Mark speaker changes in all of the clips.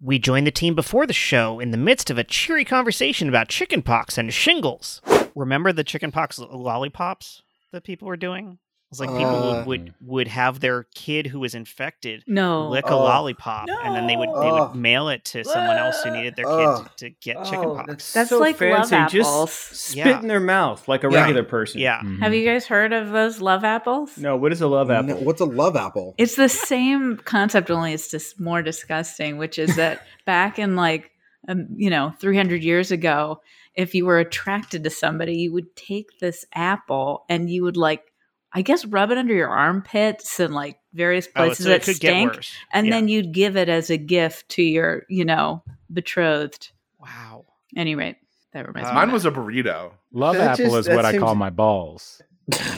Speaker 1: We joined the team before the show in the midst of a cheery conversation about chickenpox and shingles. Remember the chickenpox lollipops that people were doing? It's like people
Speaker 2: Uh.
Speaker 1: would, would would have their kid who was infected
Speaker 3: No.
Speaker 1: lick a
Speaker 2: Oh.
Speaker 1: lollipop, and then they would they
Speaker 2: Ugh.
Speaker 1: would mail it to someone else who needed their
Speaker 2: Ugh.
Speaker 1: kid to, to get chickenpox.
Speaker 3: That's like love apples.
Speaker 4: Just spit
Speaker 1: Yeah.
Speaker 4: in their mouth like a
Speaker 2: Yeah.
Speaker 4: regular person.
Speaker 1: Yeah.
Speaker 2: Mm-hmm.
Speaker 3: Have you guys heard of those love apples?
Speaker 4: No, what is a love apple?
Speaker 2: No, what's a love apple?
Speaker 3: It's the same concept, only it's just more disgusting, which is that back in like, um, you know, 300 years ago, if you were attracted to somebody, you would take this apple and you would like, I guess, rub it under your armpits and like various
Speaker 1: Oh,
Speaker 3: places
Speaker 1: so it
Speaker 3: that
Speaker 1: could
Speaker 3: stink.
Speaker 1: get worse.
Speaker 3: And
Speaker 1: Yeah.
Speaker 3: then you'd give it as a gift to your, you know, betrothed.
Speaker 1: wow.
Speaker 3: Any rate, that reminds me.
Speaker 1: Uh,
Speaker 5: Mine was a burrito.
Speaker 6: Love
Speaker 2: That
Speaker 6: apple
Speaker 2: just-
Speaker 6: is what
Speaker 2: that
Speaker 6: I call
Speaker 2: seems-
Speaker 6: my balls.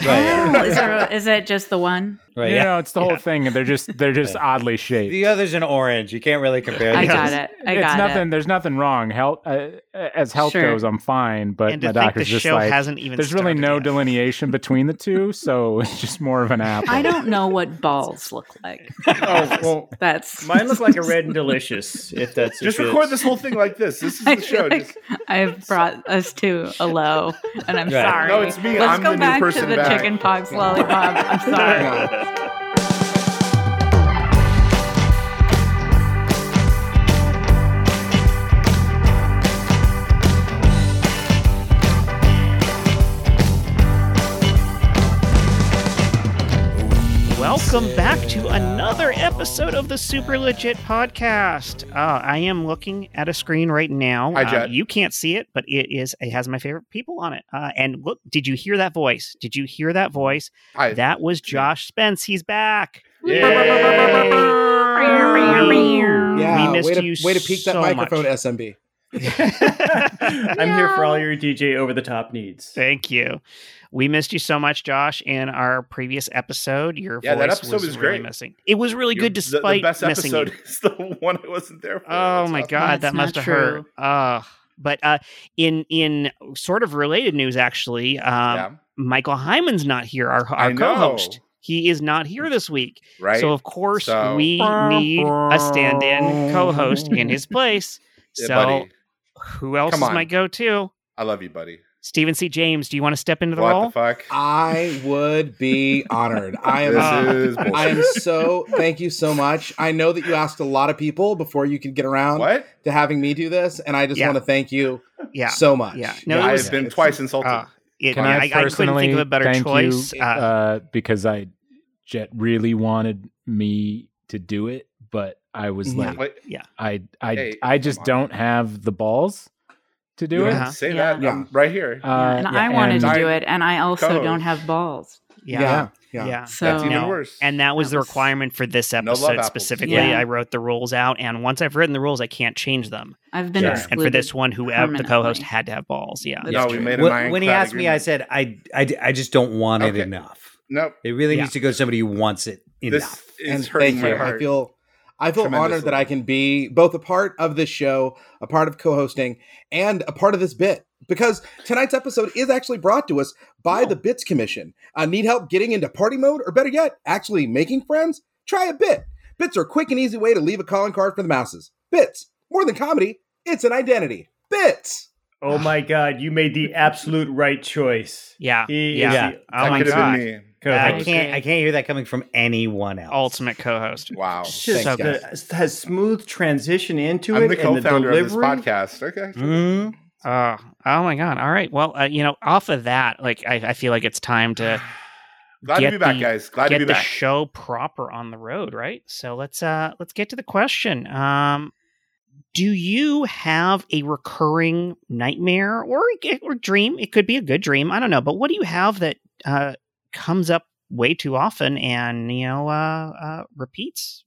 Speaker 4: Right.
Speaker 3: Oh, is, there, is that just the one?
Speaker 4: Right,
Speaker 6: you
Speaker 4: yeah.
Speaker 6: know, it's the whole thing. They're just they're just
Speaker 4: Yeah.
Speaker 6: oddly shaped.
Speaker 4: The other's an orange. You can't really compare.
Speaker 3: I
Speaker 4: these.
Speaker 3: got it. I
Speaker 6: it's
Speaker 3: got
Speaker 6: nothing.
Speaker 3: it.
Speaker 6: There's nothing wrong. Health uh, as health
Speaker 3: Sure.
Speaker 6: goes, I'm fine. But
Speaker 1: and
Speaker 6: my
Speaker 1: to think the
Speaker 6: doctor's just
Speaker 1: show
Speaker 6: like,
Speaker 1: hasn't even
Speaker 6: there's really
Speaker 1: started
Speaker 6: no
Speaker 1: yet.
Speaker 6: delineation between the two, so it's just more of an apple.
Speaker 3: I don't know what balls look like.
Speaker 4: Oh, well,
Speaker 3: That's
Speaker 4: mine look like a red and delicious. If that's
Speaker 5: Just
Speaker 4: if it-
Speaker 5: record this whole thing like this. This is
Speaker 3: I
Speaker 5: the
Speaker 3: feel
Speaker 5: show.
Speaker 3: like
Speaker 5: Just,
Speaker 3: I've brought us to a low, and I'm
Speaker 4: Right.
Speaker 3: sorry.
Speaker 5: No, it's me.
Speaker 3: Let's
Speaker 5: I'm
Speaker 3: go
Speaker 5: the new
Speaker 3: back to
Speaker 5: person
Speaker 3: the
Speaker 5: back.
Speaker 3: chickenpox lollipop. I'm sorry.
Speaker 1: Welcome back to another episode of the Super Legit Podcast. Uh, I am looking at a screen right now.
Speaker 5: Hi,
Speaker 1: Um,
Speaker 5: Jet.
Speaker 1: you can't see it, but it is. It has my favorite people on it. Uh, and look, did you hear that voice? Did you hear that voice?
Speaker 5: I,
Speaker 1: That was Josh Spence. He's back.
Speaker 5: Yay.
Speaker 2: Yeah,
Speaker 1: we missed
Speaker 2: way to,
Speaker 1: you
Speaker 2: way to peek that
Speaker 1: so
Speaker 2: microphone,
Speaker 1: much.
Speaker 2: SMB.
Speaker 4: I'm here for all your DJ over the top needs.
Speaker 1: Thank you. We missed you so much, Josh, in our previous episode. Your
Speaker 5: Yeah,
Speaker 1: voice
Speaker 5: that episode was
Speaker 1: really
Speaker 5: great.
Speaker 1: missing. It was really
Speaker 5: Your-
Speaker 1: good
Speaker 5: the-
Speaker 1: despite
Speaker 5: the, best
Speaker 1: missing you.
Speaker 5: episode is the one I wasn't there for.
Speaker 1: Oh
Speaker 5: That's
Speaker 1: my
Speaker 5: awesome.
Speaker 1: god,
Speaker 3: That's
Speaker 1: that must
Speaker 3: not
Speaker 1: have hurt. Uh but uh in in sort of related news actually, um
Speaker 5: Yeah,
Speaker 1: Michael Hyman's not here, our
Speaker 5: I
Speaker 1: our co-host.
Speaker 5: know.
Speaker 1: He is not here this week.
Speaker 5: right.
Speaker 1: So of course
Speaker 5: So-
Speaker 1: we need a stand-in co-host in his place.
Speaker 5: Yeah,
Speaker 1: So
Speaker 5: buddy.
Speaker 1: who else
Speaker 5: Come
Speaker 1: is
Speaker 5: on.
Speaker 1: my go-to?
Speaker 5: I love you, buddy.
Speaker 1: Stephen C. James, do you want to step into the
Speaker 5: what
Speaker 1: role?
Speaker 5: the fuck?
Speaker 2: I would be honored. I am.
Speaker 1: Uh,
Speaker 2: so-
Speaker 5: this is bullshit.
Speaker 2: I am so. Thank you so much. I know that you asked a lot of people before you could get around
Speaker 5: what?
Speaker 2: to having me do this, and I just
Speaker 1: Yeah.
Speaker 2: want to thank you
Speaker 1: yeah.
Speaker 2: so much.
Speaker 1: Yeah. No,
Speaker 2: No,
Speaker 1: it
Speaker 5: I
Speaker 1: was-
Speaker 5: have been twice insulted.
Speaker 1: Uh, it-
Speaker 6: Can
Speaker 1: I,
Speaker 6: I,
Speaker 1: I couldn't think of
Speaker 6: personally
Speaker 1: a better
Speaker 6: thank you,
Speaker 1: choice.
Speaker 6: uh, because I Jet really wanted me to do it, but I was
Speaker 1: Mm-hmm.
Speaker 2: Yeah.
Speaker 6: like,
Speaker 5: Wait,
Speaker 6: I I
Speaker 5: Hey,
Speaker 6: I just
Speaker 5: come on.
Speaker 6: don't have the balls to
Speaker 5: you
Speaker 6: do
Speaker 5: don't
Speaker 6: it.
Speaker 1: Uh-huh.
Speaker 5: have to say
Speaker 3: Yeah.
Speaker 5: that.
Speaker 2: Yeah.
Speaker 5: I'm right here.
Speaker 6: Uh,
Speaker 3: Yeah, and I
Speaker 6: yeah,
Speaker 3: wanted
Speaker 6: and-
Speaker 3: to do
Speaker 5: I-
Speaker 3: it, and I also
Speaker 5: Co-host.
Speaker 3: don't have balls.
Speaker 1: yeah.
Speaker 2: Yeah.
Speaker 1: Yeah.
Speaker 2: Yeah.
Speaker 3: So
Speaker 5: That's even
Speaker 1: No.
Speaker 5: worse.
Speaker 1: And that was
Speaker 3: That
Speaker 1: the
Speaker 3: was-
Speaker 1: requirement for this
Speaker 5: No love
Speaker 1: episode
Speaker 5: apples.
Speaker 1: specifically.
Speaker 3: Yeah.
Speaker 1: I wrote the rules out, and once I've written the rules, I can't change them.
Speaker 3: I've been
Speaker 4: Yeah. And
Speaker 3: excluded.
Speaker 1: And for this one, whoever the co-host
Speaker 3: permanently.
Speaker 1: had to have balls. Yeah,
Speaker 3: That's
Speaker 5: no,
Speaker 3: true.
Speaker 5: we made a
Speaker 7: When, when he
Speaker 5: ironclad
Speaker 7: asked me, I
Speaker 5: agreement.
Speaker 7: said, I, I, I just don't want
Speaker 5: Okay.
Speaker 7: it enough.
Speaker 5: nope.
Speaker 7: It really
Speaker 1: Yeah.
Speaker 7: needs to go to somebody who wants it enough.
Speaker 5: This
Speaker 2: And
Speaker 5: is hurting
Speaker 2: thank
Speaker 5: my
Speaker 2: you.
Speaker 5: heart.
Speaker 2: I feel I feel honored
Speaker 5: Tremendously.
Speaker 2: that I can be both a part of this show, a part of co-hosting, and a part of this bit. Because tonight's episode is actually brought to us by the Bits Commission. Uh, need help getting into party mode, or better yet, actually making friends? Try a bit. Bits are a quick and easy way to leave a calling card for the masses. Bits, more than comedy, it's an identity. Bits.
Speaker 4: Oh my god, you made the absolute right choice.
Speaker 1: yeah,
Speaker 4: He
Speaker 1: yeah.
Speaker 4: is
Speaker 7: Yeah.
Speaker 4: the
Speaker 1: Oh
Speaker 5: that
Speaker 1: my
Speaker 5: could have
Speaker 1: god,
Speaker 5: been
Speaker 1: I
Speaker 7: I
Speaker 3: Okay.
Speaker 4: co-host.
Speaker 7: can't I can't hear that coming from anyone else.
Speaker 1: ultimate co-host.
Speaker 5: me. Wow.
Speaker 4: Just
Speaker 2: Thanks,
Speaker 4: the- has smooth transition into
Speaker 5: I'm
Speaker 4: it
Speaker 5: the
Speaker 4: and the
Speaker 5: co-founder
Speaker 4: delivery. Mm-hmm.
Speaker 5: of this podcast. Okay.
Speaker 7: Mhm.
Speaker 1: Oh, oh my god. All right. Well, uh, you know, off of that, like I, I feel like it's time to
Speaker 5: Glad
Speaker 1: Get
Speaker 5: to be back,
Speaker 1: the-
Speaker 5: guys. Glad to
Speaker 1: get
Speaker 5: be
Speaker 1: the
Speaker 5: back.
Speaker 1: show proper on the road, right? So let's uh let's get to the question. Um do you have a recurring nightmare or or dream? It could be a good dream, I don't know, but what do you have that uh comes up way too often and, you know, uh uh repeats?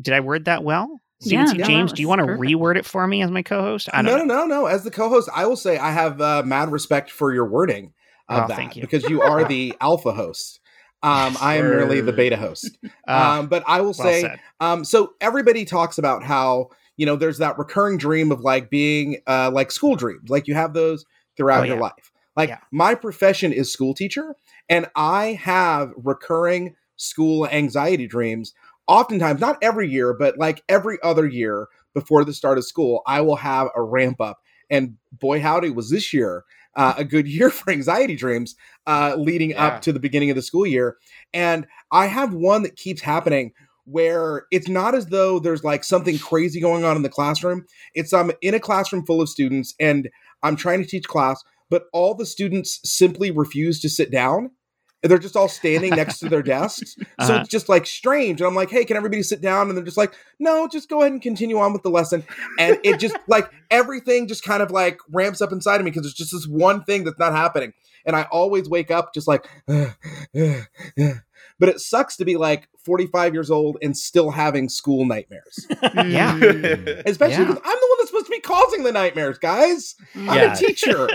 Speaker 1: Did I word that well? Stephen
Speaker 3: Yeah,
Speaker 1: C.
Speaker 3: no, that
Speaker 1: James, do you
Speaker 3: was
Speaker 1: want to
Speaker 3: perfect.
Speaker 1: reword it for me as my co-host? I don't
Speaker 2: no,
Speaker 1: know.
Speaker 2: no, no, no. As the co-host, I will say I have uh, mad respect for your wording of
Speaker 1: Oh,
Speaker 2: that
Speaker 1: thank you.
Speaker 2: because you are the alpha host. Um, I am merely the
Speaker 4: Word.
Speaker 2: beta host.
Speaker 1: Uh,
Speaker 2: um, but I will
Speaker 1: well
Speaker 2: say,
Speaker 1: said.
Speaker 2: um, so everybody talks about how you know there's that recurring dream of like being uh, like school dreams, like you have those throughout
Speaker 1: Oh,
Speaker 2: your
Speaker 1: yeah.
Speaker 2: life. Like
Speaker 1: Yeah.
Speaker 2: my profession is school teacher, and I have recurring school anxiety dreams oftentimes, not every year, but like every other year before the start of school, I will have a ramp up. And boy, howdy, was this year uh, a good year for anxiety dreams uh, leading
Speaker 5: Yeah.
Speaker 2: up to the beginning of the school year. And I have one that keeps happening where it's not as though there's like something crazy going on in the classroom. It's I'm in a classroom full of students and I'm trying to teach class, but all the students simply refuse to sit down. And They're just all standing next to their desks. So
Speaker 1: Uh-huh.
Speaker 2: it's just like strange. And I'm like, hey, can everybody sit down? And they're just like, no, just go ahead and continue on with the lesson. And it just like everything just kind of like ramps up inside of me because there's just this one thing that's not happening. And I always wake up just like, but it sucks to be like 45 years old and still having school nightmares.
Speaker 1: Yeah.
Speaker 2: Especially
Speaker 1: Hmm. Yeah.
Speaker 2: because I'm the one that's supposed to be causing the nightmares, guys. I'm
Speaker 7: Yeah.
Speaker 2: a teacher.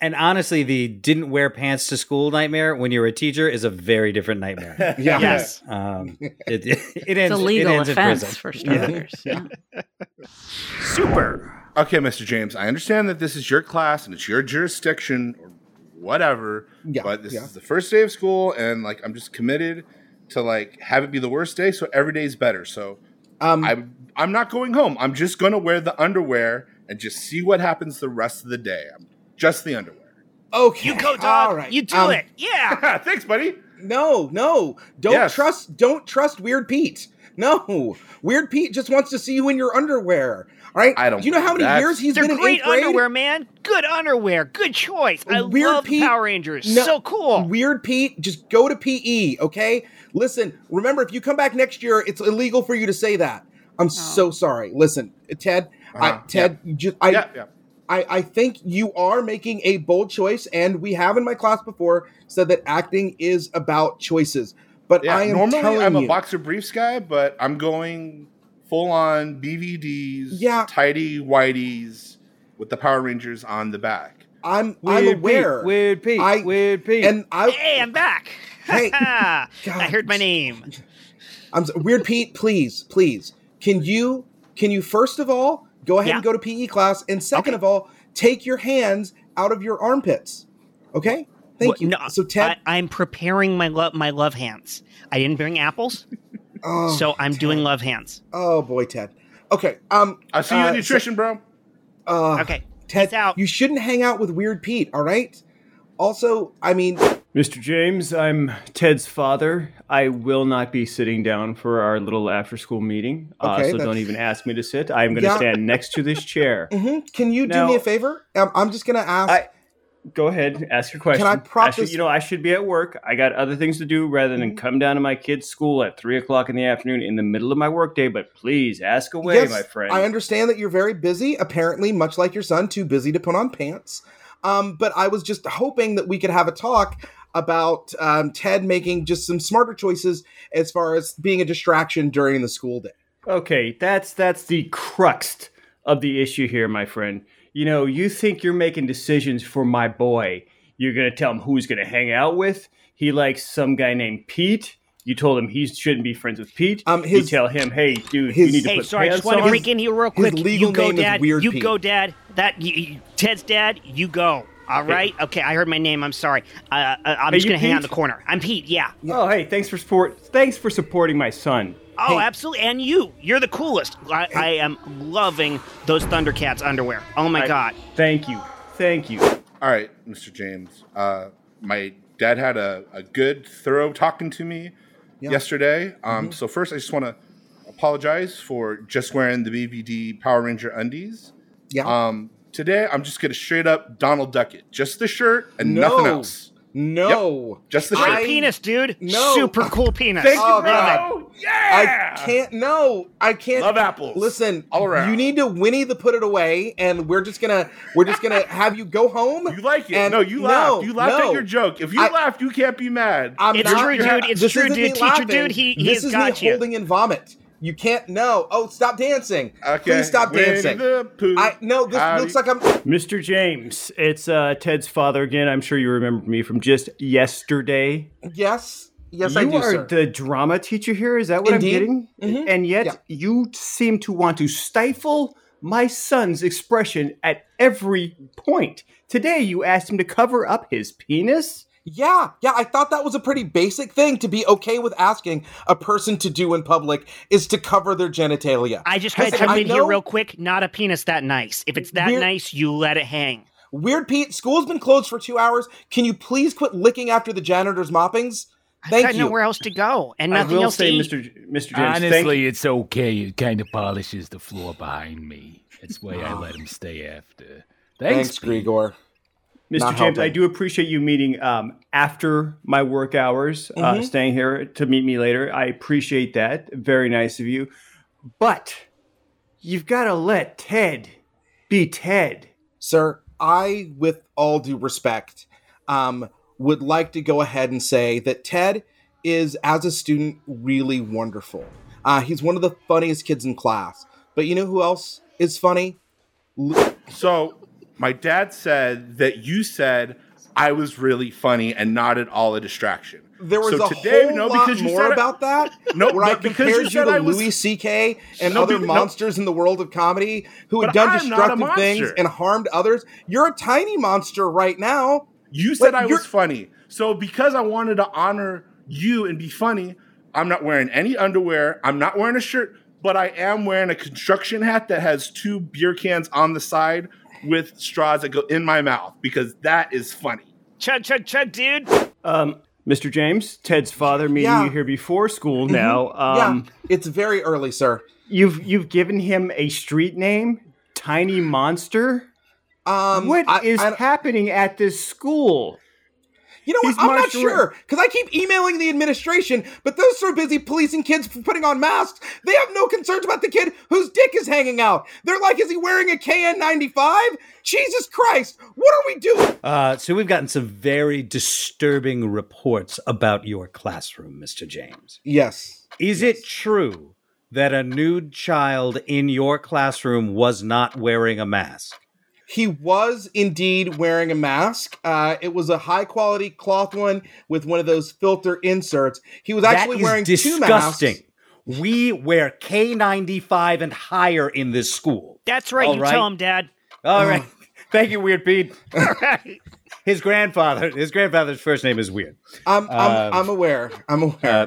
Speaker 7: And honestly, the didn't wear pants to school nightmare when you're a teacher is a very different nightmare.
Speaker 2: Yeah.
Speaker 1: Yes.
Speaker 7: Um, it, it, it
Speaker 3: It's
Speaker 7: ends,
Speaker 3: a
Speaker 7: it
Speaker 3: legal
Speaker 7: ends in
Speaker 3: offense
Speaker 7: prison.
Speaker 3: for starters. Yeah.
Speaker 2: Ah,
Speaker 1: Super.
Speaker 5: Okay, Mr. James, I understand that this is your class and it's your jurisdiction or whatever,
Speaker 2: Yeah,
Speaker 5: but this
Speaker 2: yeah.
Speaker 5: is the first day of school and like I'm just committed to like have it be the worst day so every day's better. So
Speaker 2: Um,
Speaker 5: I I'm not going home. I'm just going to wear the underwear and just see what happens the rest of the day. I'm just the underwear.
Speaker 2: okay.
Speaker 1: You go,
Speaker 2: All
Speaker 1: dog.
Speaker 2: right.
Speaker 1: You do
Speaker 2: Um,
Speaker 1: it. Yeah.
Speaker 5: Thanks, buddy.
Speaker 2: No, no. Don't
Speaker 5: Yes.
Speaker 2: trust don't trust Weird Pete. No. Weird Pete just wants to see you in your underwear. All right.
Speaker 5: I don't
Speaker 2: Do you know how many
Speaker 5: believe that.
Speaker 2: years he's
Speaker 1: They're
Speaker 2: been in
Speaker 1: great
Speaker 2: eighth grade?
Speaker 1: underwear, man. Good underwear. Good choice. I
Speaker 2: Weird
Speaker 1: love
Speaker 2: Pete-
Speaker 1: Power Rangers.
Speaker 2: No.
Speaker 1: so cool.
Speaker 2: Weird Pete, just go to PE, okay? Listen, remember if you come back next year, it's illegal for you to say that.
Speaker 1: Oh.
Speaker 2: I'm so sorry. Listen, Ted,
Speaker 5: Uh-huh.
Speaker 2: I, Ted, you just, I,
Speaker 5: yeah, yeah.
Speaker 2: I, I think you are making a bold choice, and we have in my class before said that acting is about choices. But
Speaker 5: Yeah,
Speaker 2: I am telling
Speaker 5: normally I'm
Speaker 2: you,
Speaker 5: a boxer briefs guy, but I'm going full on BVDs,
Speaker 2: Yeah.
Speaker 5: tidy whiteys with the Power Rangers on the back.
Speaker 2: I'm
Speaker 7: Weird
Speaker 2: I'm aware,
Speaker 7: Pete, weird Pete.
Speaker 2: I-
Speaker 7: weird Pete.
Speaker 2: and I
Speaker 1: Hey, I'm back.
Speaker 2: Hey.
Speaker 1: I
Speaker 2: God,
Speaker 1: heard my name.
Speaker 2: I'm so- weird, Pete. Please, please, can you can you first of all go ahead
Speaker 1: Yeah.
Speaker 2: and go to PE class, and
Speaker 1: Okay.
Speaker 2: second of all, take your hands out of your armpits. Okay, thank
Speaker 1: What-
Speaker 2: you.
Speaker 1: no,
Speaker 2: so Ted,
Speaker 1: I, I'm preparing my love my love hands. I didn't bring apples,
Speaker 2: oh,
Speaker 1: so I'm doing love hands.
Speaker 2: oh boy, Ted. Okay, um,
Speaker 5: I'll see you
Speaker 2: Uh,
Speaker 5: in nutrition, bro.
Speaker 2: uh,
Speaker 1: Okay.
Speaker 2: Ted,
Speaker 1: Peace out.
Speaker 2: you shouldn't hang out with Weird Pete. All right. Also, I mean, mm-hmm,
Speaker 4: Mr. James, I'm Ted's father. I will not be sitting down for our little after school meeting,
Speaker 2: Okay,
Speaker 4: uh, so don't
Speaker 2: that's-
Speaker 4: even ask me to sit. I am going to
Speaker 2: Yeah.
Speaker 4: stand next to this chair.
Speaker 2: mhm, can you do
Speaker 4: Now-
Speaker 2: me a favor? Um, I'm just gonna ask.
Speaker 4: I- Go ahead, ask your question.
Speaker 2: I prop
Speaker 4: should-
Speaker 2: this- Mm-hmm.
Speaker 4: You know, I should be at work. I got other things to do rather than come down to my kid's school at three o'clock in the afternoon in the middle of my workday. But please ask away,
Speaker 2: Yes,
Speaker 4: my friend.
Speaker 2: I understand that you're very busy, apparently, much like your son, too busy to put on pants. Um, but I was just hoping that we could have a talk about um, Ted making just some smarter choices as far as being a distraction during the school day.
Speaker 4: Okay, that's that's the crux of the issue here, my friend. You know, you think you're making decisions for my boy. You're gonna tell him who he's gonna hang out with. He likes some guy named Pete. You told him he shouldn't be friends with Pete.
Speaker 2: Um,
Speaker 4: you
Speaker 2: his-
Speaker 4: tell him, hey, dude,
Speaker 2: his-
Speaker 4: you need to
Speaker 1: Hey,
Speaker 4: put
Speaker 1: sorry, I
Speaker 4: pants
Speaker 1: just want
Speaker 4: on.
Speaker 1: to break in here real
Speaker 2: his
Speaker 1: quick.
Speaker 2: legal
Speaker 1: you go,
Speaker 2: name is
Speaker 1: Dad.
Speaker 2: Weird
Speaker 1: you
Speaker 2: Pete.
Speaker 1: go, Dad. That you, you- Ted's dad. You go. All right. Okay, I heard my name. I'm sorry. Uh, uh, I'm
Speaker 4: Are
Speaker 1: just
Speaker 4: you
Speaker 1: gonna hang out in the
Speaker 4: Pete?
Speaker 1: corner. I'm Pete. Yeah.
Speaker 4: Oh, hey, thanks for support. Thanks for supporting my son.
Speaker 1: Oh, absolutely. And you. You're the coolest. I, I am loving those Thundercats underwear. Oh my
Speaker 4: I-
Speaker 1: god.
Speaker 4: Thank you, thank you.
Speaker 5: All right, Mr. James. Uh, my dad had a, a good, thorough talking to me yesterday.
Speaker 2: Mm-hmm.
Speaker 5: Um, So, first, I just want to apologize for just wearing the BVD Power Ranger undies.
Speaker 2: Yeah.
Speaker 5: Um, today, I'm just going to straight up Donald Duck it. Just the shirt and nothing
Speaker 2: No.
Speaker 5: else.
Speaker 2: no.
Speaker 5: Just the shirt.
Speaker 1: Great
Speaker 2: I-
Speaker 1: penis, dude.
Speaker 2: No.
Speaker 1: Super cool penis.
Speaker 5: Thank
Speaker 2: Oh,
Speaker 5: you, bro.
Speaker 2: God.
Speaker 5: Yeah.
Speaker 2: I can't. No, I can't.
Speaker 5: Love apples.
Speaker 2: Listen,
Speaker 5: All around.
Speaker 2: you need to Winnie the put it away, and we're just gonna we're just gonna have you go home.
Speaker 5: You like it.
Speaker 2: And
Speaker 5: no, you
Speaker 2: no,
Speaker 5: laughed. You laughed
Speaker 2: no.
Speaker 5: at your joke. If you
Speaker 2: I-
Speaker 5: laughed, you can't be mad.
Speaker 2: I'm
Speaker 1: It's
Speaker 2: not-
Speaker 1: true,
Speaker 2: you're-
Speaker 1: dude. It's
Speaker 2: this
Speaker 1: true,
Speaker 2: isn't
Speaker 1: dude.
Speaker 2: me
Speaker 1: Teacher,
Speaker 2: laughing.
Speaker 1: dude, he- he
Speaker 2: this
Speaker 1: has
Speaker 2: is
Speaker 1: got
Speaker 2: me
Speaker 1: you.
Speaker 2: holding in vomit. You can't. No. Oh, stop dancing.
Speaker 5: okay.
Speaker 2: Please stop
Speaker 5: Winnie
Speaker 2: dancing.
Speaker 5: the Pooh.
Speaker 2: I no. This
Speaker 5: Howdy.
Speaker 2: looks like I'm.
Speaker 4: Mr. James, it's uh, Ted's father again. I'm sure you remember me from just yesterday.
Speaker 2: Yes. Yes,
Speaker 4: you
Speaker 2: I do,
Speaker 4: are
Speaker 2: sir.
Speaker 4: the drama teacher here. Is that what
Speaker 2: Indeed.
Speaker 4: I'm getting?
Speaker 2: Mhm.
Speaker 4: And yet,
Speaker 2: Yeah.
Speaker 4: you seem to want to stifle my son's expression at every point. Today, you asked him to cover up his penis.
Speaker 2: Yeah, yeah, I thought that was a pretty basic thing to be okay with asking a person to do in public is to cover their genitalia.
Speaker 1: I just gotta
Speaker 2: Listen,
Speaker 1: jump
Speaker 2: I
Speaker 1: in here
Speaker 2: know-
Speaker 1: real quick. Not a penis that nice. If it's that
Speaker 2: We're-
Speaker 1: nice, you let it hang.
Speaker 2: Weird Pete, school's been closed for two hours. Can you please quit licking after the janitor's moppings?
Speaker 1: I
Speaker 2: Thank
Speaker 1: got
Speaker 2: you.
Speaker 1: nowhere else to go and
Speaker 4: I
Speaker 1: nothing
Speaker 4: will
Speaker 1: else
Speaker 4: say,
Speaker 1: to eat.
Speaker 4: Mr. J- Mr. James, thank
Speaker 6: Honestly, it's okay. It kind of polishes the floor behind me. That's why I let him stay after. Thanks,
Speaker 2: Thanks,
Speaker 6: Pete.
Speaker 2: Grigor.
Speaker 4: Mr.
Speaker 2: Not
Speaker 4: James, I
Speaker 2: helping.
Speaker 4: do appreciate you meeting um, after my work hours, uh,
Speaker 2: Mhm.
Speaker 4: staying here to meet me later. I appreciate that. Very nice of you. But you've got to let Ted be Ted.
Speaker 2: Sir, I, with all due respect, um, would like to go ahead and say that Ted is, as a student, really wonderful. Uh, he's one of the funniest kids in class. But you know who else is funny?
Speaker 5: So my dad said that you said I was really funny and not at all a distraction.
Speaker 2: There was
Speaker 5: so
Speaker 2: a
Speaker 5: today,
Speaker 2: whole
Speaker 5: no,
Speaker 2: lot
Speaker 5: because you
Speaker 2: more
Speaker 5: said
Speaker 2: about that.
Speaker 5: No,
Speaker 2: where I
Speaker 5: but because you
Speaker 2: compared you,
Speaker 5: said
Speaker 2: to
Speaker 5: I was-
Speaker 2: Louis C.K. and
Speaker 5: No,
Speaker 2: other
Speaker 5: because- no.
Speaker 2: monsters in the world of comedy who had
Speaker 5: But
Speaker 2: done
Speaker 5: I'm not a
Speaker 2: destructive things
Speaker 5: monster.
Speaker 2: and harmed others. You're a tiny monster right now.
Speaker 5: You said
Speaker 2: Wait,
Speaker 5: I
Speaker 2: you're-
Speaker 5: was funny. So because I wanted to honor you and be funny, I'm not wearing any underwear. I'm not wearing a shirt, but I am wearing a construction hat that has two beer cans on the side with straws that go in my mouth because that is funny.
Speaker 1: Chug, chug, chug, dude.
Speaker 4: Um, Mr. James, Ted's father meeting
Speaker 2: Yeah. Mm-hmm.
Speaker 4: you here before school now. Um,
Speaker 2: yeah, it's very early, sir.
Speaker 4: You've you've given him a street name, Tiny Monster. What
Speaker 2: Um,
Speaker 4: is
Speaker 2: I- I-
Speaker 4: happening at this school?
Speaker 2: You know what?
Speaker 4: He's
Speaker 2: I'm not
Speaker 4: marched around.
Speaker 2: sure because I keep emailing the administration, but they're so busy policing kids for putting on masks, they have no concerns about the kid whose dick is hanging out. They're like, is he wearing a KN95? Jesus Christ, what are we doing?
Speaker 7: Uh, so we've gotten some very disturbing reports about your classroom, Mr. James.
Speaker 2: Yes.
Speaker 7: Is it true that a nude child in your classroom was not wearing a mask?
Speaker 2: He was indeed wearing a mask. Uh, it was a high quality cloth one with one of those filter inserts. He was actually
Speaker 7: that is
Speaker 2: wearing
Speaker 7: disgusting.
Speaker 2: two masks.
Speaker 7: We wear K95 and higher in this school.
Speaker 1: That's right.
Speaker 7: All
Speaker 1: you
Speaker 7: right.
Speaker 1: tell him, Dad.
Speaker 7: All right.
Speaker 2: Oh.
Speaker 7: Thank you, Weird Pete.
Speaker 1: Right.
Speaker 7: His grandfather, his grandfather's first name is Weird.
Speaker 2: I'm, I'm,
Speaker 7: Um,
Speaker 2: I'm aware. I'm aware.
Speaker 7: Uh,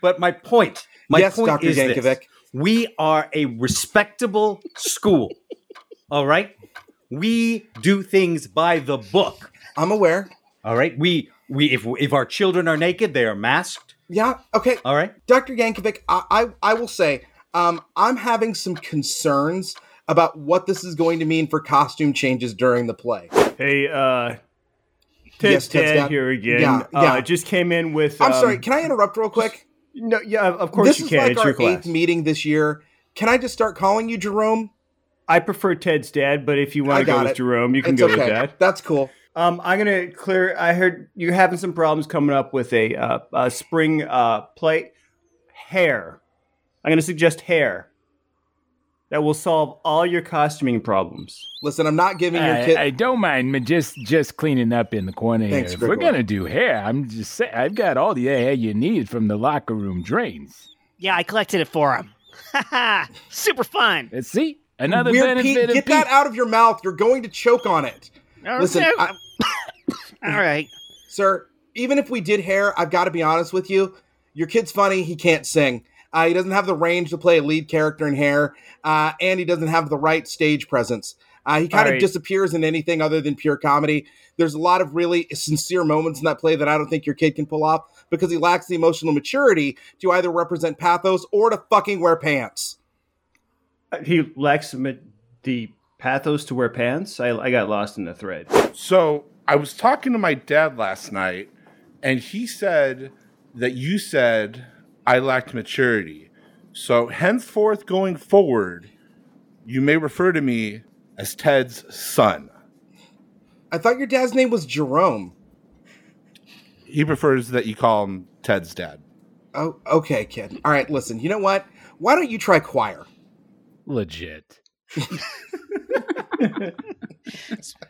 Speaker 7: but my point, my
Speaker 2: yes,
Speaker 7: point
Speaker 2: Dr.
Speaker 7: is this.
Speaker 2: Yankovic.
Speaker 7: we are a respectable school. All right? We do things by the book.
Speaker 2: I'm aware.
Speaker 7: All right? We we if if our children are naked, they are masked.
Speaker 2: Yeah. Okay.
Speaker 7: All right?
Speaker 2: Dr. Yankovic, I, I, I will say, um, I'm having some concerns about what this is going to mean for costume changes during the play.
Speaker 4: Hey, uh, Ted's
Speaker 2: Yes, Ted's
Speaker 4: dad,
Speaker 2: dad.
Speaker 4: here again.
Speaker 2: Yeah,
Speaker 4: uh,
Speaker 2: yeah.
Speaker 4: Just came in with.
Speaker 2: I'm
Speaker 4: um,
Speaker 2: sorry, can I interrupt real quick?
Speaker 4: No, yeah, of course
Speaker 2: this
Speaker 4: you
Speaker 2: is
Speaker 4: can.
Speaker 2: like
Speaker 4: it's
Speaker 2: our
Speaker 4: your class.
Speaker 2: eighth meeting this year. Can I just start calling you Jerome?
Speaker 4: I prefer Ted's dad, but if you
Speaker 2: I
Speaker 4: want to go
Speaker 2: got
Speaker 4: with
Speaker 2: it.
Speaker 4: Jerome, you can
Speaker 2: it's
Speaker 4: go
Speaker 2: okay.
Speaker 4: with that.
Speaker 2: That's cool.
Speaker 4: Um, I'm gonna clear. I heard you're having some problems coming up with a, uh, a spring uh, plate hair. I'm gonna suggest hair. That will solve all your costuming problems.
Speaker 2: Listen, I'm not giving your kid.
Speaker 6: Uh, I, I don't mind, but just just cleaning up in the corner
Speaker 2: Thanks,
Speaker 6: here. If we're
Speaker 2: Grigor.
Speaker 6: gonna do hair, I'm just saying I've got all the hair you need from the locker room drains.
Speaker 1: Yeah, I collected it for him. Ha ha. Super fun.
Speaker 6: Let's see another
Speaker 2: Weird Pete,
Speaker 6: benefit
Speaker 2: get
Speaker 6: of Pete.
Speaker 2: that out of your mouth. You're going to choke on it. Listen, I,
Speaker 1: All right.
Speaker 2: sir, even if we did hair, I've got to be honest with you. Your kid's funny. He can't sing. Uh, he doesn't have the range to play a lead character in hair, uh, and he doesn't have the right stage presence. Uh, he kind of
Speaker 4: Alright.
Speaker 2: disappears in anything other than pure comedy. There's a lot of really sincere moments in that play that I don't think your kid can pull off because he lacks the emotional maturity to either represent pathos or to fucking wear pants.
Speaker 4: Uh, He lacks ma- the pathos to wear pants. I, I got lost in the thread.
Speaker 5: So I was talking to my dad last night, and he said that you said I lacked maturity. So henceforth, going forward, you may refer to me as Ted's son.
Speaker 2: I thought your dad's name was Jerome.
Speaker 5: He prefers that you call him Ted's dad.
Speaker 2: Oh, okay, kid. All right, listen. You know what? Why don't you try choir?
Speaker 6: Legit.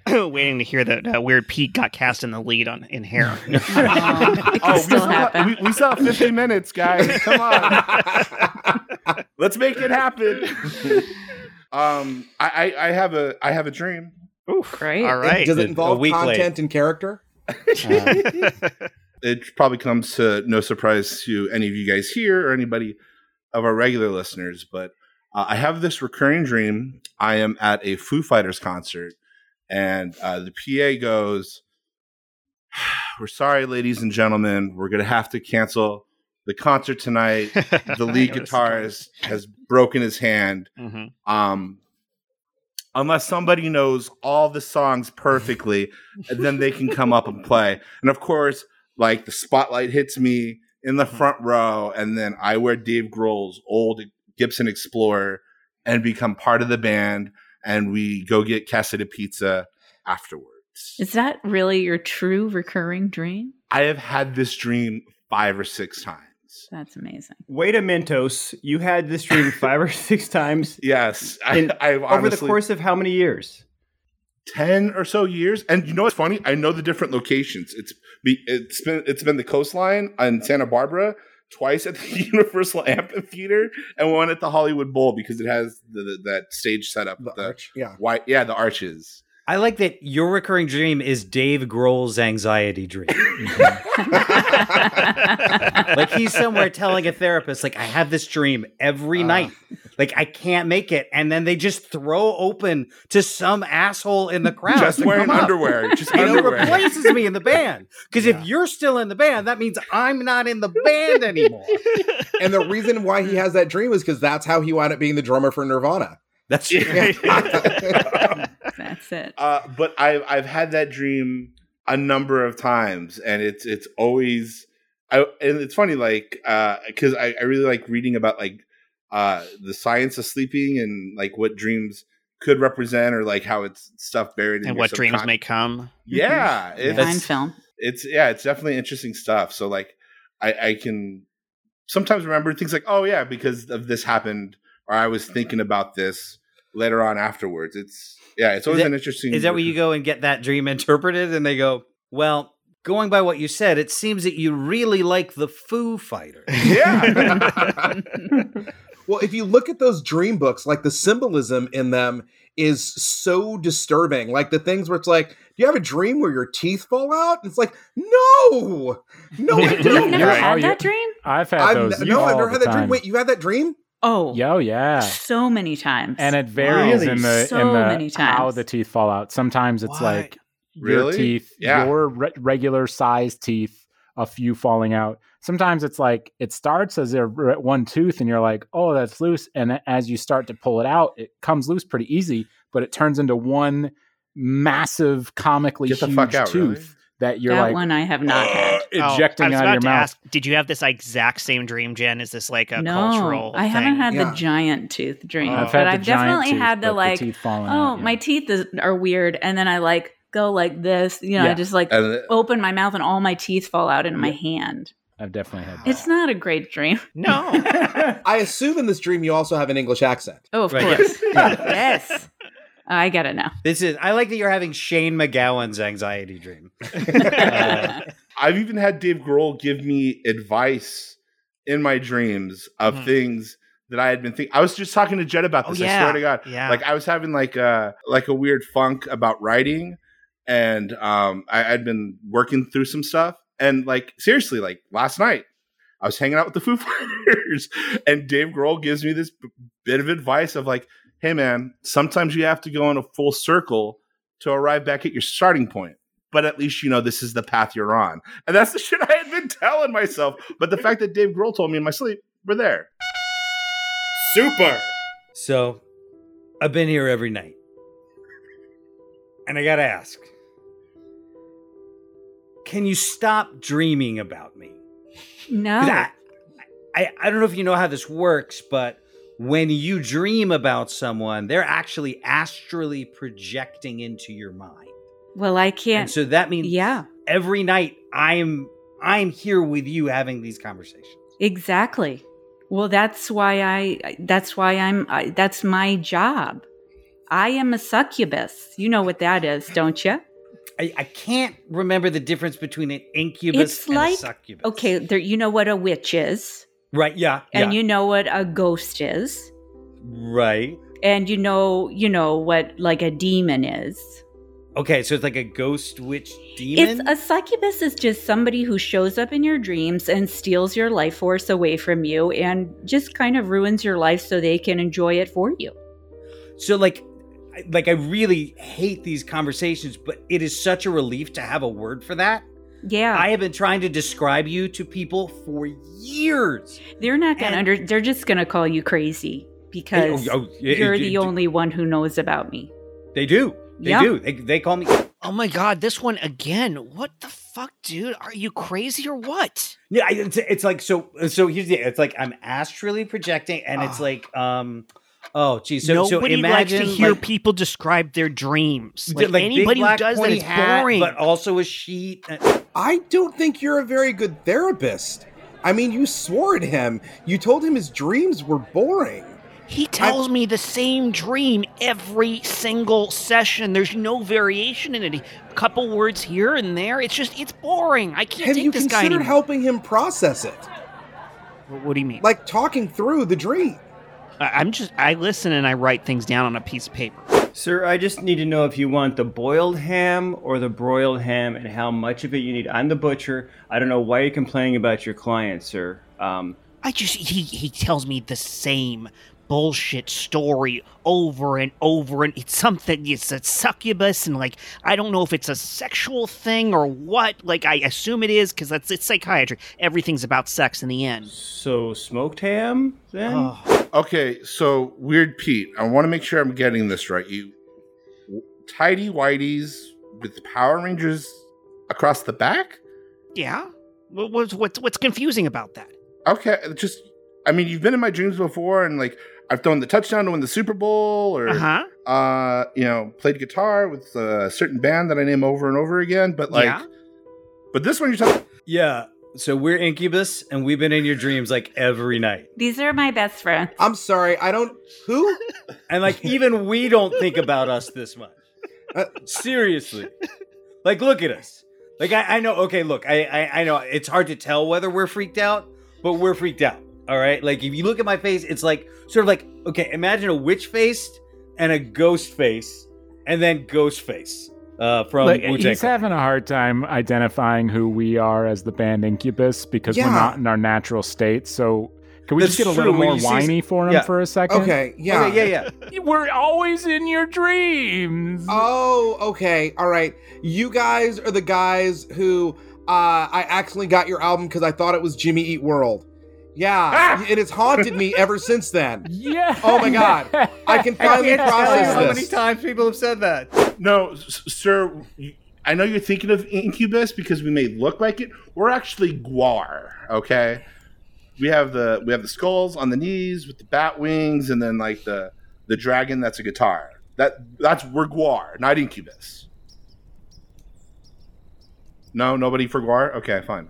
Speaker 1: Waiting to hear that uh, weird Pete got cast in the lead on in hair.
Speaker 3: Oh, it can
Speaker 5: we
Speaker 3: still
Speaker 5: still,
Speaker 3: happen.
Speaker 5: we, we still have 50 minutes, guys. Come on. Let's make it happen. um, I, I, I have a I have a dream.
Speaker 1: Oof.
Speaker 3: Great.
Speaker 1: All right.
Speaker 2: Does
Speaker 7: A-
Speaker 2: it
Speaker 7: a
Speaker 2: involve
Speaker 7: week
Speaker 2: content
Speaker 7: late.
Speaker 2: and character?
Speaker 1: Uh,
Speaker 5: it probably comes to no surprise to any of you guys here or anybody of our regular listeners, but uh, I have this recurring dream. I am at a Foo Fighters concert, and uh, the PA goes, We're sorry, ladies and gentlemen. We're going to have to cancel the concert tonight. The lead guitarist has broken his hand.
Speaker 1: hmm
Speaker 5: Um, unless somebody knows all the songs perfectly, and then they can come up and play. And of course, like the spotlight hits me in the front row, and then I wear Dave Grohl's old Gibson Explorer and become part of the band, and we go get Casita Pizza afterwards.
Speaker 3: Is that really your true recurring dream?
Speaker 5: I have had this dream five or six times.
Speaker 3: That's amazing.
Speaker 4: Wait a Mentos. You had this dream five or six times
Speaker 5: Yes, I,
Speaker 4: In-
Speaker 5: I've
Speaker 4: over the
Speaker 5: honestly-
Speaker 4: course of how many years?
Speaker 5: 10 or so years and you know what's funny i know the different locations it's be- it's been it's been the coastline and santa barbara twice at the universal amphitheater and one at the hollywood bowl because it has the, the- that stage setup
Speaker 2: The
Speaker 5: the,
Speaker 2: arch, yeah.
Speaker 5: why yeah the arches
Speaker 7: I like that your recurring dream is Dave Grohl's anxiety dream.
Speaker 5: Mm-hmm.
Speaker 7: like he's somewhere telling a therapist, like, I have this dream every
Speaker 5: Uh.
Speaker 2: Ah.
Speaker 7: night. Like I can't make it. And then they just throw open to some asshole in the crowd.
Speaker 5: just
Speaker 7: to
Speaker 5: wearing
Speaker 7: come up.
Speaker 5: underwear just
Speaker 7: You know,
Speaker 5: underwear
Speaker 7: replaces me in the band. Because
Speaker 2: Yeah.
Speaker 7: if you're still in the band, that means I'm not in the band anymore.
Speaker 2: And the reason why he has that dream is because that's how he wound up being the drummer for Nirvana.
Speaker 7: That's true.
Speaker 3: That's it.
Speaker 5: Uh, but I've I've had that dream a number of times, and it's it's always I and it's funny like because I, I really like reading about like uh, the science of sleeping and like what dreams could represent or like how it's stuff buried in
Speaker 1: and
Speaker 5: your
Speaker 1: what dreams
Speaker 5: subcon-
Speaker 1: may come.
Speaker 5: Yeah,
Speaker 3: Fine
Speaker 5: it's
Speaker 3: film.
Speaker 5: it's yeah, it's definitely interesting stuff. So like I, I can sometimes remember things like oh yeah because of this happened or I was thinking about this later on afterwards. It's yeah, it's always
Speaker 7: that-
Speaker 5: an interesting.
Speaker 7: Is that where you go and get that dream interpreted? And they go, well, going by what you said, it seems that you really like the Foo Fighters.
Speaker 5: Yeah.
Speaker 2: Well, if you look at those dream books, like the symbolism in them is so disturbing. Like the things where it's like, do you have a dream where your teeth fall out? And it's like, no, no, I
Speaker 1: You've
Speaker 3: You've
Speaker 2: don't.
Speaker 3: never
Speaker 6: Right. Oh,
Speaker 3: had
Speaker 6: yeah.
Speaker 3: that dream?
Speaker 6: I've had
Speaker 2: I've,
Speaker 6: those.
Speaker 2: n- no, I've
Speaker 6: all the
Speaker 2: never had that dream.
Speaker 6: time.
Speaker 2: Wait, you had that dream?
Speaker 3: Oh,
Speaker 6: Yeah, Oh yeah.
Speaker 3: so many times.
Speaker 6: And it varies in the
Speaker 3: So
Speaker 6: in the
Speaker 3: many
Speaker 6: how
Speaker 3: times.
Speaker 6: the teeth fall out. Sometimes it's
Speaker 1: What?
Speaker 6: like your
Speaker 5: Really?
Speaker 6: teeth,
Speaker 5: Yeah.
Speaker 6: your re- regular sized teeth, a few falling out. Sometimes it's like it starts as a r- one tooth, and you're like, "Oh, that's loose." And then as you start to pull it out, it comes loose pretty easy, but it turns into one massive, comically
Speaker 5: Get the
Speaker 6: huge
Speaker 5: fuck out,
Speaker 6: tooth
Speaker 5: really?
Speaker 6: that you're
Speaker 3: that
Speaker 6: like
Speaker 3: one I have not had.
Speaker 1: Oh, I
Speaker 6: ejecting
Speaker 1: was
Speaker 6: out
Speaker 1: about
Speaker 6: of your
Speaker 1: to
Speaker 6: mouth.
Speaker 1: ask, did you have this exact same dream, Jen? Is this like a
Speaker 3: no,
Speaker 1: cultural?
Speaker 3: I haven't
Speaker 1: thing?
Speaker 3: had
Speaker 2: Yeah.
Speaker 3: the giant tooth dream,
Speaker 1: I've had
Speaker 3: but I've definitely had the like,
Speaker 6: teeth falling
Speaker 3: oh, my teeth is, are weird, and then I like go like this, you know, I
Speaker 6: Yeah.
Speaker 3: just like
Speaker 5: And uh,
Speaker 3: open my mouth and all my teeth fall out into my hand.
Speaker 6: I've definitely had.
Speaker 3: It's not a great dream.
Speaker 1: No.
Speaker 2: I assume in this dream you also have an English accent.
Speaker 3: Oh, of
Speaker 7: Right,
Speaker 3: course. yes. I get it now.
Speaker 7: This is I like that you're having Shane McGowan's anxiety dream.
Speaker 5: I've even had Dave Grohl give me advice in my dreams of
Speaker 1: Mhm.
Speaker 5: things that I had been thinking. I was just talking to Jed about
Speaker 1: Oh,
Speaker 5: this. I
Speaker 1: yeah.
Speaker 5: swear to God,
Speaker 1: yeah.
Speaker 5: like I was having like a like a weird funk about writing, and um, I, I'd been working through some stuff, and like seriously, like last night. I was hanging out with the Foo Fighters, and Dave Grohl gives me this b- bit of advice of like, "Hey, man, sometimes you have to go in a full circle to arrive back at your starting point, but at least you know this is the path you're on." And that's the shit I had been telling myself. But the fact that Dave Grohl told me in my sleep, we're there.
Speaker 4: Super.
Speaker 7: So I've been here every night. And I gotta ask. Can you stop dreamming about me?
Speaker 3: no.
Speaker 7: 'Cause I, I, I don't know if you know how this works, but when you dream about someone, they're actually astrally projecting into your mind.
Speaker 3: Well, I
Speaker 7: And
Speaker 3: can't.
Speaker 7: so that means
Speaker 3: Yeah,
Speaker 7: every night I'm I'm here with you having these conversations.
Speaker 3: exactly. Well, that's why I. That's why I'm. I, that's my job. I am a succubus. You know what that is, don't you?
Speaker 7: I, I can't remember the difference between an incubus
Speaker 3: It's
Speaker 7: and
Speaker 3: like-
Speaker 7: a succubus.
Speaker 3: Okay, there, you know what a witch is,
Speaker 7: Right, yeah.
Speaker 3: and
Speaker 7: yeah.
Speaker 3: you know what a ghost is,
Speaker 7: Right.
Speaker 3: and you know you know what like a demon is.
Speaker 7: Okay, so it's like a ghost witch demon.
Speaker 3: It's a succubus is just somebody who shows up in your dreams and steals your life force away from you and just kind of ruins your life so they can enjoy it for you.
Speaker 7: so like, I- like I really hate these conversations, but it is such a relief to have a word for that.
Speaker 3: Yeah.
Speaker 7: I have been trying to describe you to people for years.
Speaker 3: they're not going
Speaker 7: and-
Speaker 3: to under they're just going to call you crazy because
Speaker 7: Oh, oh, yeah,
Speaker 3: you're
Speaker 7: d-
Speaker 3: the
Speaker 7: d-
Speaker 3: only one who knows about me.
Speaker 7: They do. They
Speaker 3: Yeah.
Speaker 7: do. They, they call me.
Speaker 1: Oh my god, this one again. What the fuck, dude? Are you crazy or what?
Speaker 7: Yeah, I- it's, it's like so. So here's the. It's like I'm astrally projecting, and it's
Speaker 1: Ah.
Speaker 7: like um. Oh, geez. So so
Speaker 1: Nobody likes to
Speaker 7: imagine
Speaker 1: hear
Speaker 7: like,
Speaker 1: people describe their dreams.
Speaker 7: d-
Speaker 1: Like,
Speaker 7: like big
Speaker 1: anybody who
Speaker 7: black
Speaker 1: does that
Speaker 7: pointy
Speaker 1: is
Speaker 7: hat,
Speaker 1: boring.
Speaker 7: but also a uh, sheet.
Speaker 2: I don't think you're a very good therapist. I mean, you swore at him. You told him his dreams were boring.
Speaker 1: He tells me the same dream every single session. There's no variation in it. A couple words here and there. It's just it's boring. I can't
Speaker 2: Have
Speaker 1: take
Speaker 2: you
Speaker 1: this guy
Speaker 2: considered
Speaker 1: anymore.
Speaker 2: helping him process it?
Speaker 1: Wh- what do you mean?
Speaker 2: Like talking through the dream.
Speaker 1: I- I'm just I listen and I write things down on a piece of paper.
Speaker 4: Sir, I just need to know if you want the boiled ham or the broiled ham and how much of it you need. I'm the butcher. I don't know why you're complaining about your client, sir. Um,
Speaker 1: I just he he tells me the same bullshit story over and over and it's something it's a succubus and like I don't know if it's a sexual thing or what like I assume it is cuz that's it's psychiatry everything's about sex in the end
Speaker 4: so smoked ham then?
Speaker 5: Ah. Okay, so Weird Pete, I want to make sure I'm getting this right. You tidy whiteys with Power Rangers across the back?
Speaker 1: yeah What- what's what's what's confusing about that
Speaker 5: Okay, just I mean, you've been in my dreams before and like I've thrown the touchdown to win the Super Bowl or
Speaker 1: uh-huh
Speaker 5: uh, you know, played guitar with a certain band that I name over and over again, but like
Speaker 1: Yeah.
Speaker 5: but this one you're talking
Speaker 7: Yeah. So we're incubus, and we've been in your dreams like every night,
Speaker 3: These are my best friends.
Speaker 2: I'm sorry, I don't. Who?
Speaker 7: and like even we don't think about us this much.
Speaker 2: Uh,
Speaker 7: Seriously, like look at us. Like I, I know. Okay, look, I, I I know it's hard to tell whether we're freaked out, but we're freaked out. All right. Like if you look at my face, it's like sort of like okay. Imagine a witch faced and a ghost face, and then ghost face uh, from
Speaker 6: Like,
Speaker 7: Wu-Tang
Speaker 6: he's
Speaker 7: Clan.
Speaker 6: having a hard time identifying who we are as the band Incubus because
Speaker 2: Yeah.
Speaker 6: we're not in our natural state. So can we
Speaker 7: That's
Speaker 6: just get a
Speaker 7: true.
Speaker 6: little
Speaker 7: When
Speaker 6: more
Speaker 7: you see-
Speaker 6: whiny for him
Speaker 7: yeah.
Speaker 6: for a second?
Speaker 2: Okay, yeah.
Speaker 7: Okay, yeah, yeah.
Speaker 6: We're always in your dreams.
Speaker 2: Oh, okay. All right. You guys are the guys who uh, I accidentally got your album because I thought it was Jimmy Eat World. Yeah, and it's haunted me ever since then.
Speaker 6: yeah.
Speaker 2: Oh my God. I can finally
Speaker 7: Can't tell you
Speaker 2: process
Speaker 7: how
Speaker 2: this.
Speaker 7: many times people have said that.
Speaker 5: No, s- sir. you- I know you're thinking of Incubus because we may look like it. We're actually Guar. Okay. We have the we have the skulls on the knees with the bat wings, and then like the the dragon that's a guitar. That that's we're Guar, not Incubus. No, nobody for Guar. Okay, fine.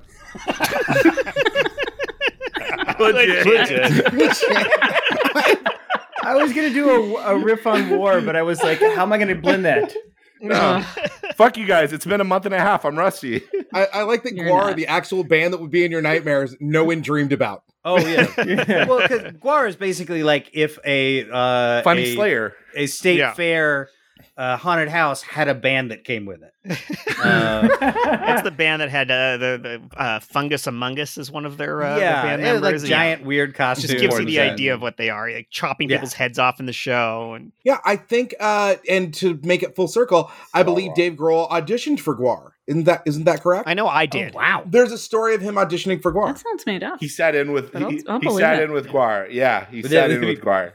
Speaker 4: I was going to do a, a riff on war, but I was like, how am I going to blend that?
Speaker 5: No. Fuck you guys. It's been a month and a half. I'm rusty.
Speaker 2: I, I like that
Speaker 3: You're
Speaker 2: Guar, are
Speaker 3: not.
Speaker 2: the actual band that would be in your nightmares, no one dreamed about.
Speaker 7: Oh yeah.
Speaker 4: Yeah.
Speaker 7: well, because Guar is basically like if a uh,
Speaker 5: Funny
Speaker 7: a,
Speaker 5: Slayer.
Speaker 7: a state
Speaker 1: Yeah.
Speaker 7: fair uh, haunted house had a band that came with it. Uh,
Speaker 1: that's the band that had uh, the, the uh, fungus among us is one of their uh, their
Speaker 7: yeah,
Speaker 1: band
Speaker 7: it was like
Speaker 1: members Yeah.
Speaker 7: giant weird
Speaker 1: It
Speaker 7: costumes.
Speaker 1: just gives you the
Speaker 7: and-
Speaker 1: idea of what they are like chopping
Speaker 7: Yeah.
Speaker 1: people's heads off in the show and
Speaker 2: Yeah, I think, uh, and to make it full circle, I believe Dave Grohl auditioned for Guar. Isn't that isn't that correct?
Speaker 1: I know I
Speaker 7: Oh,
Speaker 1: did
Speaker 7: wow.
Speaker 2: There's a story of him auditioning for Guar.
Speaker 3: That sounds made up.
Speaker 5: He sat in with
Speaker 3: I don't-
Speaker 5: he,
Speaker 3: I don't
Speaker 5: he
Speaker 3: believe
Speaker 5: sat
Speaker 3: it.
Speaker 5: in with Guar. Yeah, he
Speaker 7: But
Speaker 5: sat
Speaker 7: that-
Speaker 5: in with Guar.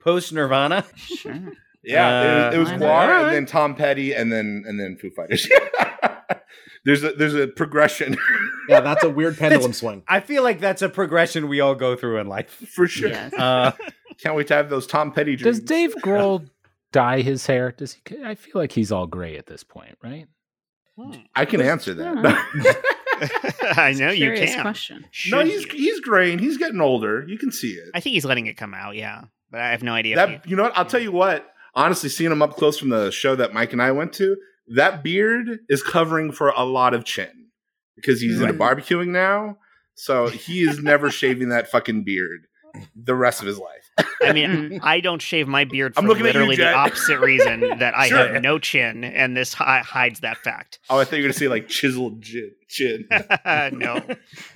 Speaker 7: Post Nirvana.
Speaker 3: Sure.
Speaker 5: Yeah, it was,
Speaker 3: Uh,
Speaker 5: it was
Speaker 3: why
Speaker 5: Guar
Speaker 7: not?
Speaker 5: and then Tom Petty and then and then Foo Fighters. there's a there's a progression
Speaker 2: Yeah, that's a weird pendulum swing.
Speaker 7: I feel like that's a progression we all go through in life.
Speaker 5: for sure.
Speaker 3: Yes.
Speaker 7: Uh,
Speaker 5: Can't wait to have those Tom Petty dreams.
Speaker 6: Does Dave Grohl dye his hair? Does he? I feel like he's all gray at this point, right?
Speaker 5: I can answer that.
Speaker 1: I know you
Speaker 3: Curious
Speaker 1: can
Speaker 3: question.
Speaker 5: no,
Speaker 1: Should
Speaker 5: he's
Speaker 1: you?
Speaker 5: he's graying. He's getting older. You can see it.
Speaker 1: I think he's letting it come out yeah but I have no idea if he-
Speaker 5: that you know what? I'll tell you what. Honestly, seeing him up close from the show that Mike and I went to, that beard is covering for a lot of chin because he's into barbecuing now. So he is never shaving that fucking beard. the rest of his life.
Speaker 1: I mean, I don't shave my beard for
Speaker 5: I'm looking at you,
Speaker 1: literally the
Speaker 5: Jack.
Speaker 1: opposite reason that I
Speaker 5: Sure.
Speaker 1: have no chin, and this hi- hides that fact.
Speaker 5: Oh, I thought you were going to say like chiseled chin. chin.
Speaker 1: no,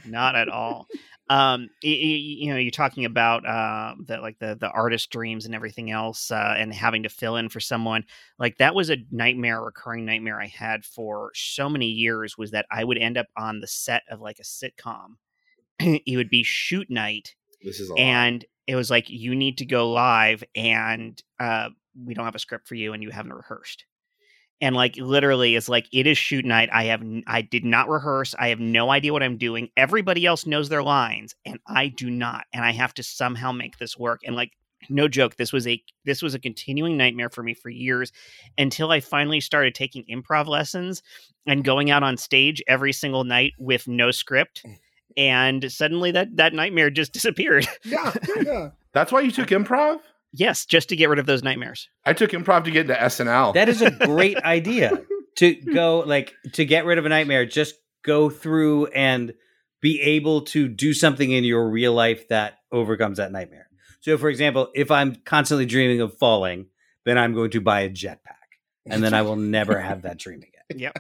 Speaker 1: not at all. Um, y- y- you know, you're talking about uh, that, like the the artist dreams and everything else, uh, and having to fill in for someone. Like that was a nightmare, a recurring nightmare I had for so many years. Was that I would end up on the set of like a sitcom. it would be shoot night,
Speaker 5: This is a lot.
Speaker 1: and it was like you need to go live and uh we don't have a script for you and you haven't rehearsed and like literally it's like it is shoot night i have n- i did not rehearse i have no idea what i'm doing everybody else knows their lines and i do not and i have to somehow make this work and like no joke this was a this was a continuing nightmare for me for years until i finally started taking improv lessons and going out on stage every single night with no script
Speaker 8: Mm.
Speaker 1: and suddenly that that nightmare just disappeared
Speaker 8: Yeah, yeah.
Speaker 5: That's why you took improv.
Speaker 1: Yes, just to get rid of those nightmares.
Speaker 5: I took improv to get into SNL.
Speaker 7: That is a great idea to go like to get rid of a nightmare. Just go through and be able to do something in your real life that overcomes that nightmare. So, for example, if I'm constantly dreaming of falling, then I'm going to buy a jetpack, and then I will never have that dream again.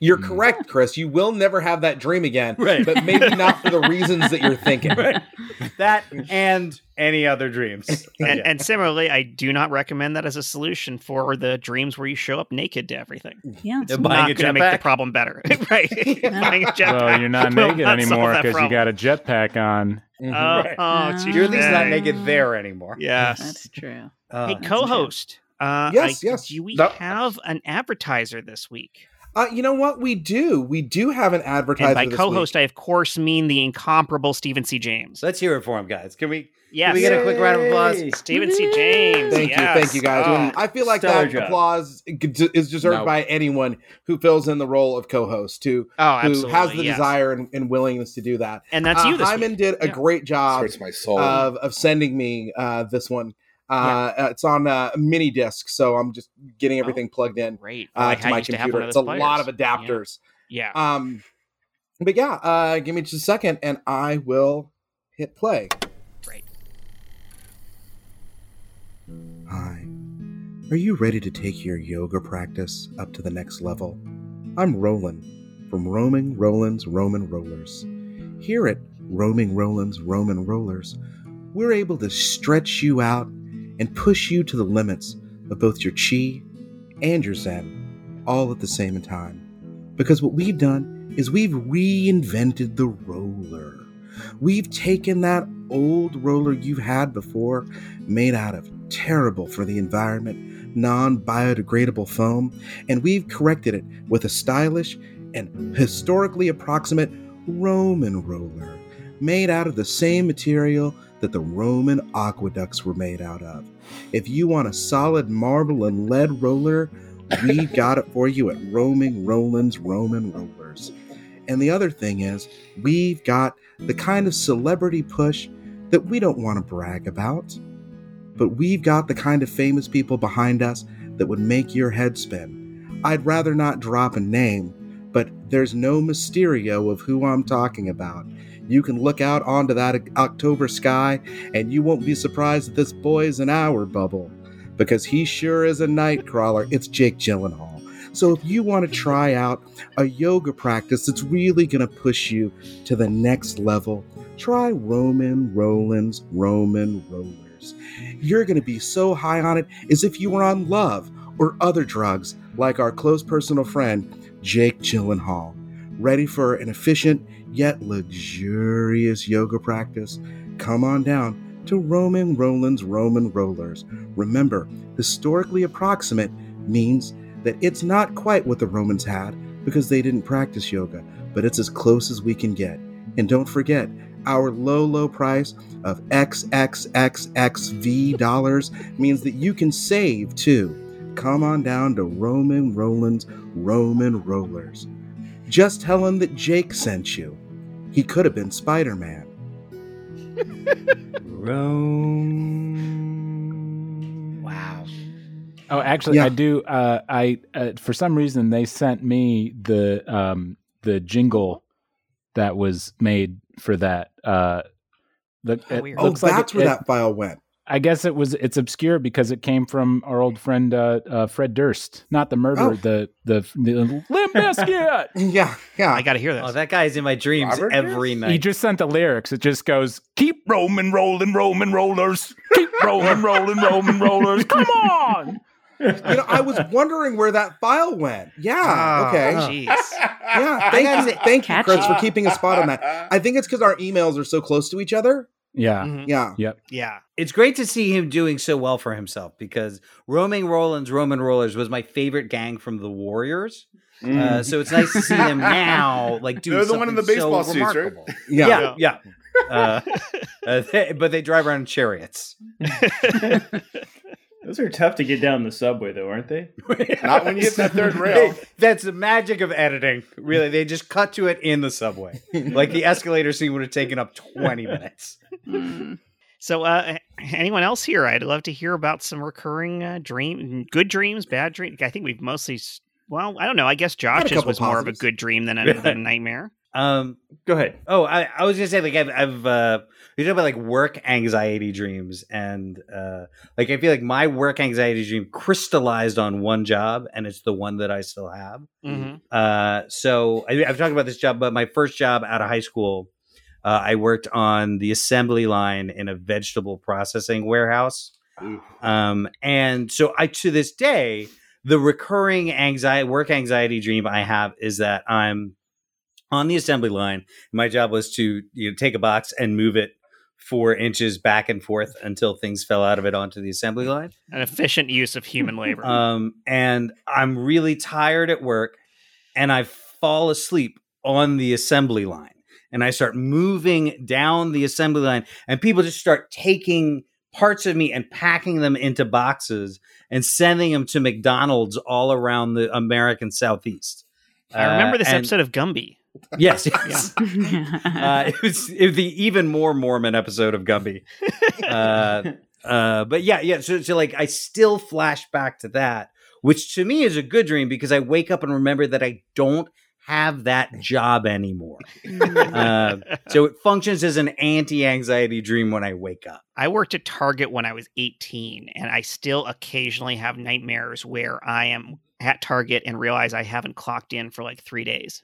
Speaker 8: You're
Speaker 6: Mm.
Speaker 8: correct, Chris. You will never have that dream again,
Speaker 7: Right.
Speaker 8: but maybe not for the reasons that you're thinking.
Speaker 7: Right. That and any other dreams.
Speaker 1: And,
Speaker 7: Yeah.
Speaker 1: and similarly, I do not recommend that as a solution for the dreams where you show up naked to everything.
Speaker 9: Yeah.
Speaker 1: It's
Speaker 7: buying a
Speaker 1: not going to make the
Speaker 7: jetpack?
Speaker 1: problem better, right?
Speaker 7: Mhm.
Speaker 1: buying a jetpack.
Speaker 6: Well, you're not
Speaker 1: will
Speaker 6: naked
Speaker 1: not solve
Speaker 6: anymore
Speaker 1: that
Speaker 6: because you
Speaker 1: problem.
Speaker 6: got a jetpack on.
Speaker 8: Mhm.
Speaker 1: Oh,
Speaker 7: Right.
Speaker 1: oh,
Speaker 9: Uh,
Speaker 1: touche.
Speaker 7: You're at least not
Speaker 9: Yeah.
Speaker 7: naked there anymore.
Speaker 1: Yes.
Speaker 9: That's true.
Speaker 7: Uh,
Speaker 1: hey,
Speaker 9: that's
Speaker 1: co-host. Uh,
Speaker 8: Yes,
Speaker 1: I-
Speaker 8: yes.
Speaker 1: Do we
Speaker 5: That-
Speaker 1: have an advertiser this week?
Speaker 8: Uh, you know what? We do. We do have an advertiser.
Speaker 1: And by
Speaker 8: this
Speaker 1: co-host,
Speaker 8: week.
Speaker 1: I of course mean the incomparable Stephen C. James.
Speaker 7: let's hear it for him, guys. Can we?
Speaker 1: Yes,
Speaker 7: Can we get a quick round of applause?
Speaker 1: Stephen C. James.
Speaker 8: Thank
Speaker 1: yes.
Speaker 8: you, thank you guys.
Speaker 1: Oh,
Speaker 8: I feel like
Speaker 7: stellar
Speaker 8: that
Speaker 7: job.
Speaker 8: applause is deserved
Speaker 5: No.
Speaker 8: by anyone who fills in the role of co-host, who
Speaker 1: oh,
Speaker 8: who
Speaker 1: absolutely.
Speaker 8: has the
Speaker 1: yes.
Speaker 8: desire and, and willingness to do that.
Speaker 1: and that's
Speaker 8: Uh,
Speaker 1: you. This
Speaker 8: Hyman
Speaker 1: week.
Speaker 8: did a
Speaker 1: Yeah.
Speaker 8: great job
Speaker 5: hurts my soul.
Speaker 8: of, of sending me uh, this one. Uh, uh, It's on a mini disc, so I'm just getting everything plugged in
Speaker 1: Oh, Great.
Speaker 8: uh,
Speaker 1: Boy,
Speaker 8: to
Speaker 1: I
Speaker 8: my
Speaker 1: used have
Speaker 8: computer.
Speaker 1: one of
Speaker 8: it's a
Speaker 1: those
Speaker 8: lot of
Speaker 1: players.
Speaker 8: adapters.
Speaker 1: Yeah.
Speaker 8: Um, but yeah, uh, give me just a second, and I will hit play.
Speaker 1: Great.
Speaker 8: Hi. Are you ready to take your yoga practice up to the next level? I'm Roland from Roaming Roland's Roman Rollers. Here at Roaming Roland's Roman Rollers, we're able to stretch you out and push you to the limits of both your chi and your zen all at the same time. Because what we've done is we've reinvented the roller. We've taken that old roller you've had before, made out of terrible for the environment, non biodegradable foam, and we've corrected it with a stylish and historically approximate Roman roller, made out of the same material that the Roman aqueducts were made out of. If you want a solid marble and lead roller, we got it for you at Roaming Roland's Roman Rollers. And the other thing is, we've got the kind of celebrity push that we don't want to brag about, but we've got the kind of famous people behind us that would make your head spin. I'd rather not drop a name, but there's no Mysterio of who I'm talking about. You can look out onto that October sky, and you won't be surprised that this boy is an hour bubble, because he sure is a night crawler. It's Jake Gyllenhaal. So if you want to try out a yoga practice that's really going to push you to the next level, try Roman Roland's Roman Rollers. You're going to be so high on it as if you were on love or other drugs, like our close personal friend, Jake Gyllenhaal. Ready for an efficient yet luxurious yoga practice? Come on down to Roman Roland's Roman Rollers. Remember, historically approximate means that it's not quite what the Romans had because they didn't practice yoga, but it's as close as we can get. And don't forget, our low, low price of XXXXV dollars means that you can save too. Come on down to Roman Roland's Roman Rollers. Just tell him that Jake sent you. He could have been Spider Man.
Speaker 7: Rome.
Speaker 1: Wow.
Speaker 6: Oh, actually,
Speaker 8: Yeah.
Speaker 6: I do. Uh, I uh, for some reason they sent me the um, the jingle that was made for that uh, Look,
Speaker 1: Oh,
Speaker 6: it
Speaker 1: weird.
Speaker 2: Oh,
Speaker 6: looks like
Speaker 2: that's
Speaker 6: it-
Speaker 2: where
Speaker 6: it-
Speaker 2: that file went.
Speaker 6: I guess it was. It's obscure because it came from our old friend uh, uh, Fred Durst, not the murder,
Speaker 2: Oh.
Speaker 6: the the, the Limp Bizkit.
Speaker 2: Yeah, yeah.
Speaker 1: I got to hear this.
Speaker 7: Oh, that guy's in my dreams
Speaker 5: Robert
Speaker 7: every
Speaker 6: He
Speaker 7: night.
Speaker 6: just sent the lyrics. It just goes, "Keep rolling, rolling, rolling, rollers. Keep rolling, rolling, rolling, rollers. Come on."
Speaker 2: you know, I was wondering where that file went.
Speaker 5: Ah,
Speaker 7: Ah,
Speaker 2: Yeah. okay.
Speaker 1: Oh, Jeez.
Speaker 2: Yeah. Thank you, thank you, Chris, for
Speaker 3: Catchy.
Speaker 2: keeping a spot on that. I think it's because our emails are so close to each other.
Speaker 6: Yeah,
Speaker 1: Mhm.
Speaker 2: Yeah.
Speaker 1: Yeah.
Speaker 7: It's great to see him doing so well for himself because Roaming Roland's Roman Rollers was my favorite gang from the Warriors.
Speaker 1: Mm.
Speaker 7: Uh, so it's nice to see him now, like doing
Speaker 5: They're the one in
Speaker 7: something
Speaker 5: the baseball
Speaker 7: so
Speaker 5: suits, right?
Speaker 7: remarkable. Yeah,
Speaker 2: Yeah.
Speaker 7: yeah. Uh, uh, they- but they drive around in chariots.
Speaker 4: Those are tough to get down the subway, though, aren't they?
Speaker 5: Not when you hit that third rail.
Speaker 7: That's the magic of editing. Really, they just cut to it in the subway. Like the escalator scene would have taken up 20 minutes.
Speaker 3: Mm.
Speaker 1: So, uh, anyone else here? I'd love to hear about some recurring uh, dream, good dreams, bad dreams. I think we've mostly, s- well, I don't know. I guess Josh's
Speaker 2: couple
Speaker 1: was more of a
Speaker 2: positives.
Speaker 1: good dream than a, than a nightmare.
Speaker 7: Um,
Speaker 4: Go ahead.
Speaker 7: oh, I, I was gonna say like I've, I've uh, you talk about like work anxiety dreams, and uh, like I feel like my work anxiety dream crystallized on one job, and it's the one that I still have.
Speaker 1: hmm
Speaker 7: Uh, so I, I've talked about this job, but my first job out of high school, uh, I worked on the assembly line in a vegetable processing warehouse. Um, and so I, to this day, the recurring anxiety, work anxiety dream I have is that I'm on the assembly line. My job was to you know, take a box and move it four inches back and forth until things fell out of it onto the assembly line.
Speaker 1: An efficient use of human labor.
Speaker 7: Um, and I'm really tired at work, and I fall asleep on the assembly line, and I start moving down the assembly line, and people just start taking parts of me and packing them into boxes and sending them to McDonald's all around the American Southeast.
Speaker 1: I remember
Speaker 7: Uh,
Speaker 1: this
Speaker 7: and-
Speaker 1: episode of Gumby.
Speaker 7: Yes, yes. Uh, it was it was the even more Mormon episode of Gumby. Uh, uh, but yeah, yeah. So, so like, I still flash back to that, which to me is a good dream because I wake up and remember that I don't have that job anymore.
Speaker 5: Mm.
Speaker 7: Uh, so it functions as an anti-anxiety dream when I wake up.
Speaker 1: I worked at Target when I was 18, and I still occasionally have nightmares where I am at Target and realize I haven't clocked in for like three days.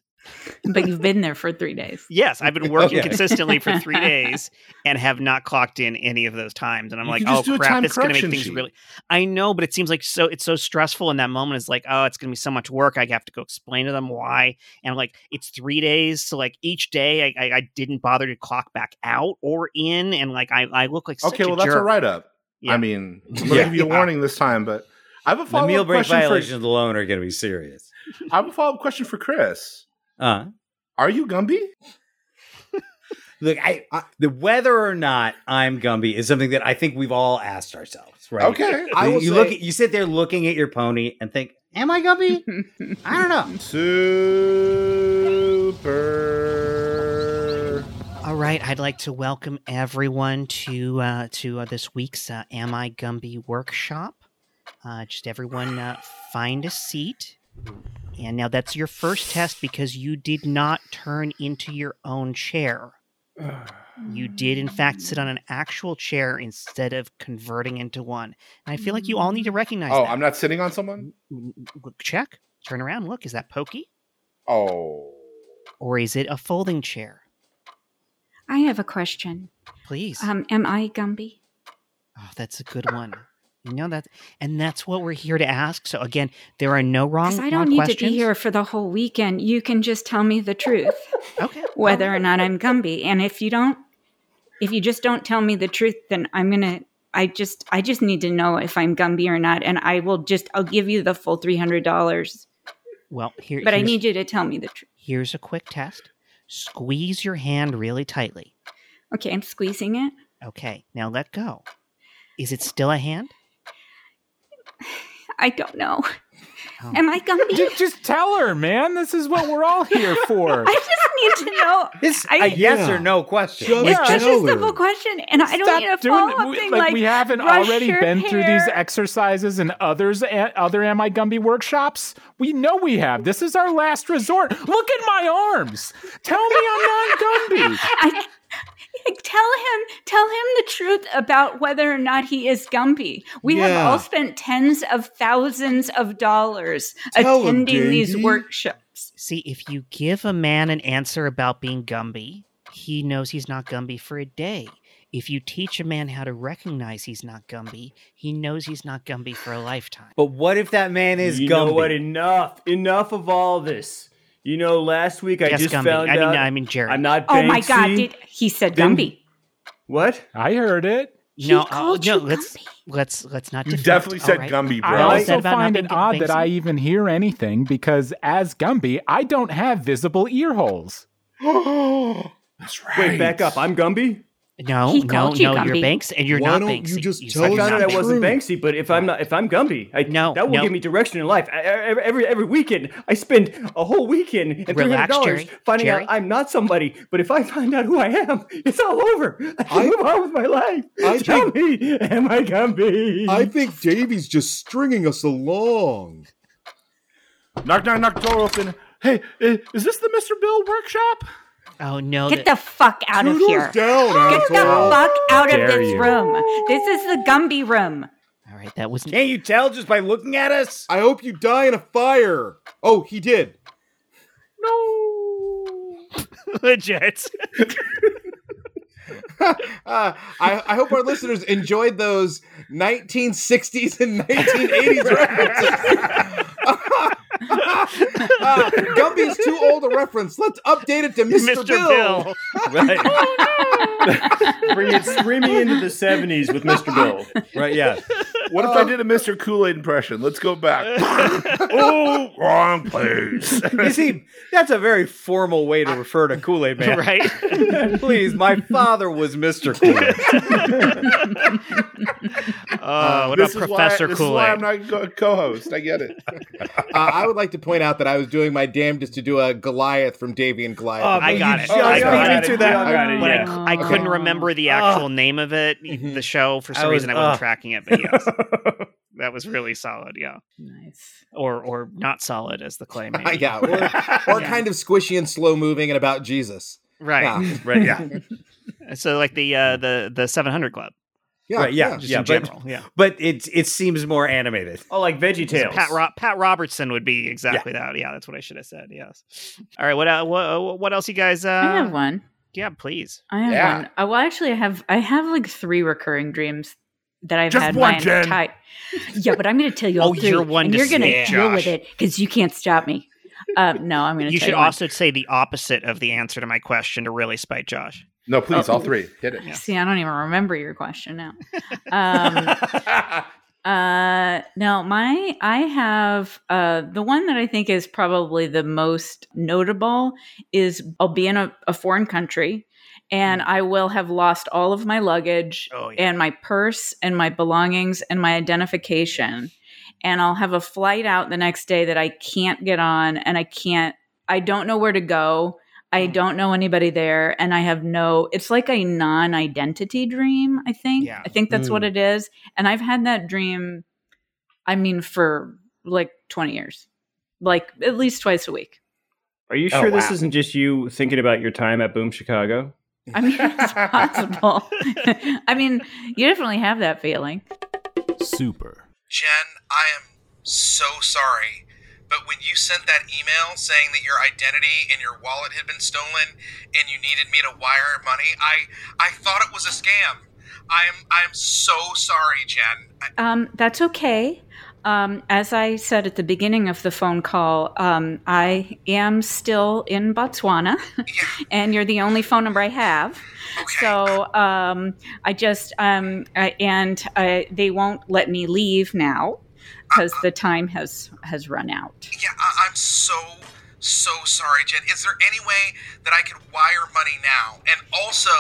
Speaker 3: but you've been there for three days.
Speaker 1: Yes, I've been working
Speaker 7: Okay.
Speaker 1: consistently for three days and have not clocked in any of those times. And I'm
Speaker 5: You
Speaker 1: like,
Speaker 5: can
Speaker 1: oh
Speaker 5: just do a
Speaker 1: crap,
Speaker 5: time
Speaker 1: this is gonna make
Speaker 5: correction
Speaker 1: things
Speaker 5: sheet."
Speaker 1: really I know, but it seems like so it's so stressful in that moment. It's like, oh, it's gonna be so much work. I have to go explain to them why. And I'm like, it's three days, so like each day I, I, I didn't bother to clock back out or in, and like I, I look like such
Speaker 5: Okay,
Speaker 1: a
Speaker 5: well, that's
Speaker 1: jerk.
Speaker 5: a write up.
Speaker 1: Yeah.
Speaker 5: I mean, I'm going
Speaker 7: Yeah.
Speaker 5: to give you a warning this time, but I have a
Speaker 7: The
Speaker 5: follow
Speaker 7: meal
Speaker 5: up
Speaker 7: break
Speaker 5: question.
Speaker 7: violations
Speaker 5: For,
Speaker 7: alone are going to be serious.
Speaker 5: I have a follow up question for Chris.
Speaker 7: Uh,
Speaker 5: Are you Gumby?
Speaker 7: look, I,
Speaker 2: I-
Speaker 7: the whether or not I'm Gumby is something that I think we've all asked ourselves, right?
Speaker 5: Okay.
Speaker 2: I will
Speaker 7: you
Speaker 2: say-
Speaker 7: look at, you sit there looking at your pony and think, "Am I Gumby? I don't know."
Speaker 5: Super.
Speaker 1: All right, I'd like to welcome everyone to uh, to uh, this week's uh, Am I Gumby workshop. Uh, just everyone uh, find a seat. And now that's your first test because you did not turn into your own chair. You did, in fact, sit on an actual chair instead of converting into one. And I feel like you all need to recognize
Speaker 5: Oh,
Speaker 1: that.
Speaker 5: I'm not sitting on someone?
Speaker 1: Look, check, turn around, look. Is that pokey
Speaker 5: Oh.
Speaker 1: or is it a folding chair?
Speaker 8: I have a question.
Speaker 1: Please.
Speaker 8: Um, am I Gumby?
Speaker 1: Oh, that's a good one. You know that, and that's what we're here to ask. So again, there are no wrong.
Speaker 8: Because I
Speaker 1: wrong
Speaker 8: don't need to
Speaker 1: questions.
Speaker 8: be here for the whole weekend. You can just tell me the truth,
Speaker 1: Okay.
Speaker 8: whether or not I'm Gumby. And if you don't, if you just don't tell me the truth, then I'm gonna. I just, I just need to know if I'm Gumby or not, and I will just, I'll give you the full three hundred dollars.
Speaker 1: Well, here.
Speaker 8: But I
Speaker 1: here's-
Speaker 8: need you to tell me the truth.
Speaker 1: Here's a quick test. Squeeze your hand really tightly.
Speaker 8: Okay, I'm squeezing it.
Speaker 1: Okay. Now let go. Is it still a hand?
Speaker 8: I don't know.
Speaker 1: Oh.
Speaker 8: Am I Gumby?
Speaker 6: just, just tell her, man. This is what we're all here for.
Speaker 8: I just need to know.
Speaker 7: This a
Speaker 8: I-
Speaker 7: yes
Speaker 2: Yeah.
Speaker 7: or no question.
Speaker 2: Just
Speaker 8: It's such
Speaker 2: tell
Speaker 8: a
Speaker 2: her.
Speaker 8: simple question, and I don't
Speaker 6: Stop
Speaker 8: need a
Speaker 6: doing it.
Speaker 8: follow-up
Speaker 6: We-
Speaker 8: thing
Speaker 6: Like,
Speaker 8: like,
Speaker 6: we haven't
Speaker 8: brush
Speaker 6: already
Speaker 8: your
Speaker 6: been through these
Speaker 8: hair.
Speaker 6: exercises and others and other Am I Gumby workshops. We know we have. This is our last resort. Look at my arms. Tell me I'm not Gumby.
Speaker 8: I, Tell him, tell him the truth about whether or not he is Gumpy. We have
Speaker 2: Yeah.
Speaker 8: all spent tens of thousands of dollars
Speaker 2: Tell him,
Speaker 8: attending these
Speaker 2: Davey.
Speaker 8: workshops.
Speaker 1: See, if you give a man an answer about being Gumby, he knows he's not Gumby for a day. If you teach a man how to recognize he's not Gumby, he knows he's not Gumby for a lifetime.
Speaker 7: But what if that man is
Speaker 4: you
Speaker 7: Gumby?
Speaker 4: know what? Enough, enough of all this. You know, last week I
Speaker 1: yes,
Speaker 4: just
Speaker 1: Gumby.
Speaker 4: found
Speaker 1: I mean,
Speaker 4: out
Speaker 1: I mean, Jerry.
Speaker 4: I'm not.
Speaker 8: Oh my
Speaker 4: Banksy.
Speaker 8: God! Did he said
Speaker 4: Then-
Speaker 8: Gumby?
Speaker 4: what?
Speaker 6: I heard it.
Speaker 1: no, uh,
Speaker 8: called
Speaker 1: no.
Speaker 8: you
Speaker 1: Let's
Speaker 8: Gumby.
Speaker 1: let's let's not.
Speaker 5: You
Speaker 1: deflect,
Speaker 5: definitely
Speaker 1: all
Speaker 5: said
Speaker 1: right?
Speaker 5: Gumby,
Speaker 6: I
Speaker 5: bro.
Speaker 1: Right.
Speaker 6: also
Speaker 1: Said about
Speaker 6: find
Speaker 1: not
Speaker 6: it
Speaker 1: being
Speaker 6: odd that
Speaker 1: Banksy.
Speaker 6: I even hear anything because as Gumby, I don't have visible ear holes.
Speaker 5: That's right.
Speaker 4: Wait, back up. I'm Gumby.
Speaker 1: No,
Speaker 8: He
Speaker 1: no,
Speaker 8: called you
Speaker 1: no. You're
Speaker 8: Gumby.
Speaker 1: Banks, and you're
Speaker 2: Why
Speaker 1: not
Speaker 2: don't you
Speaker 1: Banksy.
Speaker 2: just
Speaker 1: said you're
Speaker 2: tell
Speaker 4: I
Speaker 2: us
Speaker 1: not
Speaker 4: found out I
Speaker 2: the
Speaker 1: Banksy.
Speaker 4: wasn't
Speaker 2: true.
Speaker 4: Banksy, but if I'm not, if I'm Gumby, I,
Speaker 1: No,
Speaker 4: that will
Speaker 1: no.
Speaker 4: give me direction in life. I, I- every, every every weekend, I spend a whole weekend and three hundred
Speaker 1: Relax,
Speaker 4: dollars
Speaker 1: Jerry.
Speaker 4: finding
Speaker 1: Jerry.
Speaker 4: out I'm not somebody. But if I find out who I am, it's all over. I can
Speaker 2: I-
Speaker 4: move on with my life.
Speaker 2: I
Speaker 4: Tell me, am I Gumby?
Speaker 2: I think Davey's just stringing us along.
Speaker 5: Knock, knock, knock, door open. Hey, i- is this the Mr. Bill workshop?
Speaker 1: Oh no!
Speaker 8: Get
Speaker 1: that-
Speaker 8: the fuck out of
Speaker 2: Toodles
Speaker 8: here!
Speaker 2: down,
Speaker 8: Get the
Speaker 2: asshole.
Speaker 8: fuck out of
Speaker 6: dare
Speaker 8: this
Speaker 6: you.
Speaker 8: room. This is the Gumby room.
Speaker 1: all right, that was
Speaker 7: Can't you tell just by looking at us?
Speaker 2: I hope you die in a fire. Oh, he did.
Speaker 1: legit.
Speaker 2: Uh, I, I hope our listeners enjoyed those 1960s and 1980s references. uh, Gumby's too old a reference. Let's update it to Mr. Bill.
Speaker 4: Right. Bring it screaming into the '70s with Mr. Bill.
Speaker 7: Right, yeah.
Speaker 5: What if I did a Mr. Kool Aid impression? Let's go back. oh, wrong place.
Speaker 7: You see, that's a very formal way to refer to Kool Aid Man.
Speaker 1: right?
Speaker 7: Please, my father was Mr. Kool Aid. Oh,
Speaker 1: Uh, what
Speaker 5: This
Speaker 1: about
Speaker 5: is why-
Speaker 1: Professor
Speaker 5: This is
Speaker 1: Kool
Speaker 5: why I'm
Speaker 1: Aid?
Speaker 5: not co- co-host. I get it.
Speaker 2: Uh, I would like to point out that I was doing my damnest to do a Goliath from Davy and Goliath.
Speaker 7: Oh,
Speaker 1: I
Speaker 7: You
Speaker 1: got it.
Speaker 7: just
Speaker 1: I
Speaker 7: beat me
Speaker 1: got
Speaker 7: to
Speaker 1: it.
Speaker 7: that.
Speaker 4: I got it,
Speaker 1: When I,
Speaker 4: yeah.
Speaker 1: I couldn't remember the actual name of it,
Speaker 2: Mhm.
Speaker 1: the show for some
Speaker 7: I was-
Speaker 1: reason I wasn't
Speaker 7: ugh.
Speaker 1: tracking it, but yes, that was really solid. Yeah,
Speaker 3: Nice.
Speaker 1: or or not solid as the claim.
Speaker 2: yeah, or, or
Speaker 1: Yeah.
Speaker 2: kind of squishy and slow moving and about Jesus.
Speaker 1: right.
Speaker 2: Yeah,
Speaker 4: Right. Yeah.
Speaker 1: So like the uh, the the seven hundred club,
Speaker 2: yeah,
Speaker 7: Right, yeah.
Speaker 1: just
Speaker 7: Yeah,
Speaker 1: in
Speaker 7: but-
Speaker 1: general. yeah,
Speaker 7: But it it seems more animated.
Speaker 4: Oh, like Veggie Tales.
Speaker 1: Pat Ro- Pat Robertson would be exactly that. Yeah, that's what I should have said. Yes. All right. What uh, what what else you guys? Uh,
Speaker 3: I have one.
Speaker 1: Yeah, please.
Speaker 3: I have
Speaker 5: Yeah.
Speaker 3: one. Oh, well, actually, I have I have like three recurring dreams that I've
Speaker 5: Just
Speaker 3: had
Speaker 5: one,
Speaker 3: my
Speaker 5: Jen.
Speaker 3: entire. Yeah, but I'm going to tell you
Speaker 1: Oh,
Speaker 3: all three,
Speaker 1: you're one
Speaker 3: and
Speaker 1: to
Speaker 3: you're gonna
Speaker 1: snitch,
Speaker 3: deal with
Speaker 1: Josh.
Speaker 3: it because you can't stop me. Uh, no, I'm going to.
Speaker 1: You
Speaker 3: tell
Speaker 1: should
Speaker 3: you one.
Speaker 1: also say the opposite of the answer to my question to really spite Josh.
Speaker 5: No, please,
Speaker 3: Oh.
Speaker 5: all three. Hit it.
Speaker 3: See, I don't even remember your question now. Um, Uh, now my I have uh the one that I think is probably the most notable is I'll be in a, a foreign country and I will have lost all of my luggage
Speaker 1: Oh yeah.
Speaker 3: and my purse and my belongings and my identification and I'll have a flight out the next day that I can't get on and I can't I don't know where to go. I
Speaker 1: Mm.
Speaker 3: don't know anybody there and I have no it's like a non-identity dream, I think.
Speaker 1: Yeah.
Speaker 3: I think that's what it is. And I've had that dream I mean for like 20 years. Like at least twice a week.
Speaker 4: Are you
Speaker 7: Oh,
Speaker 4: sure this
Speaker 7: wow.
Speaker 4: isn't just you thinking about your time at Boom Chicago?
Speaker 3: I mean, it's possible. I mean, you definitely have that feeling.
Speaker 10: Super.
Speaker 11: Jen, I am so sorry, but when you sent that email saying that your identity and your wallet had been stolen and you needed me to wire money, I I thought it was a scam. I am I am so sorry, Jen. I,
Speaker 8: Um,
Speaker 3: That's okay. Um, as I said at the beginning of the phone call, um, I am still in Botswana,
Speaker 11: yeah,
Speaker 3: and you're the only phone number I have.
Speaker 11: okay.
Speaker 3: So um, I just um, I, and I, they won't let me leave now because the time has has run out.
Speaker 11: yeah, I, I'm so so sorry, Jen. Is there any way that I could wire money now? And also,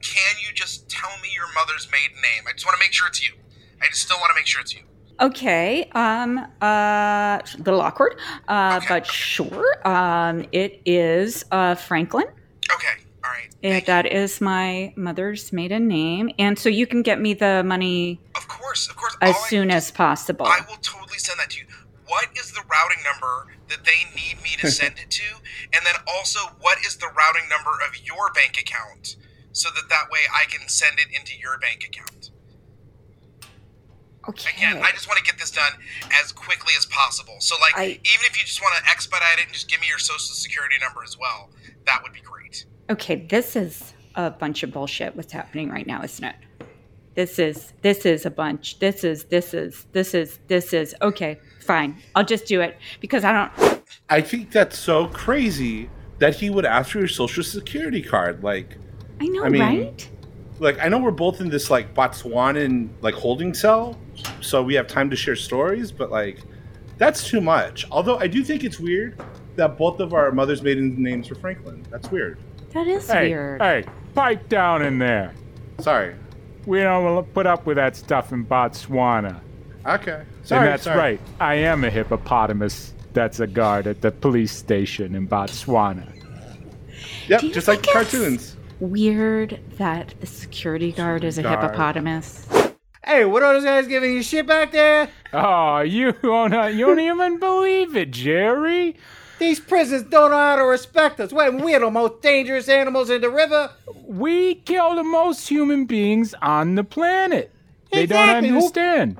Speaker 11: can you just tell me your mother's maiden name? I just want to make sure it's you. I just still want to make sure it's you.
Speaker 3: Okay. Um. Uh. it's A little awkward. Uh.
Speaker 11: Okay.
Speaker 3: But sure. Um. It is uh Franklin.
Speaker 11: Okay. All right.
Speaker 3: Yeah,
Speaker 11: Thank you.
Speaker 3: that is my mother's maiden name. And so you can get me the money
Speaker 11: Of course, of course.
Speaker 3: as
Speaker 11: All I-
Speaker 3: soon as possible.
Speaker 11: I will totally send that to you. What is the routing number that they need me to send it to? And then also, what is the routing number of your bank account so that that way I can send it into your bank account.
Speaker 8: Okay.
Speaker 11: Again, I just want to get this done as quickly as possible. So, like,
Speaker 8: I-
Speaker 11: even if you just want to expedite it and just give me your social security number as well, that would be great.
Speaker 8: Okay, this is a bunch of bullshit what's happening right now, isn't it? This is this is a bunch. This is this is this is this is okay, fine. I'll just do it because I don't
Speaker 5: I think that's so crazy that he would ask for your social security card. Like,
Speaker 8: I know,
Speaker 5: I mean-
Speaker 8: right?
Speaker 5: like I know we're both in this like Botswanan like holding cell, so we have time to share stories, but like that's too much. Although I do think it's weird that both of our mother's maiden names were Franklin. That's weird.
Speaker 8: That is
Speaker 6: Hey,
Speaker 8: weird.
Speaker 6: hey, pipe down in there.
Speaker 5: Sorry.
Speaker 6: We don't put up with that stuff in Botswana.
Speaker 5: Okay. Sorry.
Speaker 6: and that's
Speaker 5: sorry.
Speaker 6: right. I am a hippopotamus. That's a guard at the police station in Botswana.
Speaker 5: Yep,
Speaker 8: Do you
Speaker 5: just like the
Speaker 8: think it's-
Speaker 5: cartoons.
Speaker 8: Weird that the security guard is a
Speaker 5: Guard.
Speaker 8: hippopotamus.
Speaker 7: Hey, what are those guys giving you shit back there?
Speaker 6: Oh, you don't, you don't even believe it, Jerry.
Speaker 7: These prisons don't know how to respect us. When we're the most dangerous animals in the river,
Speaker 6: We kill the most human beings on the planet. They
Speaker 7: Exactly.
Speaker 6: don't
Speaker 7: Who-
Speaker 6: understand.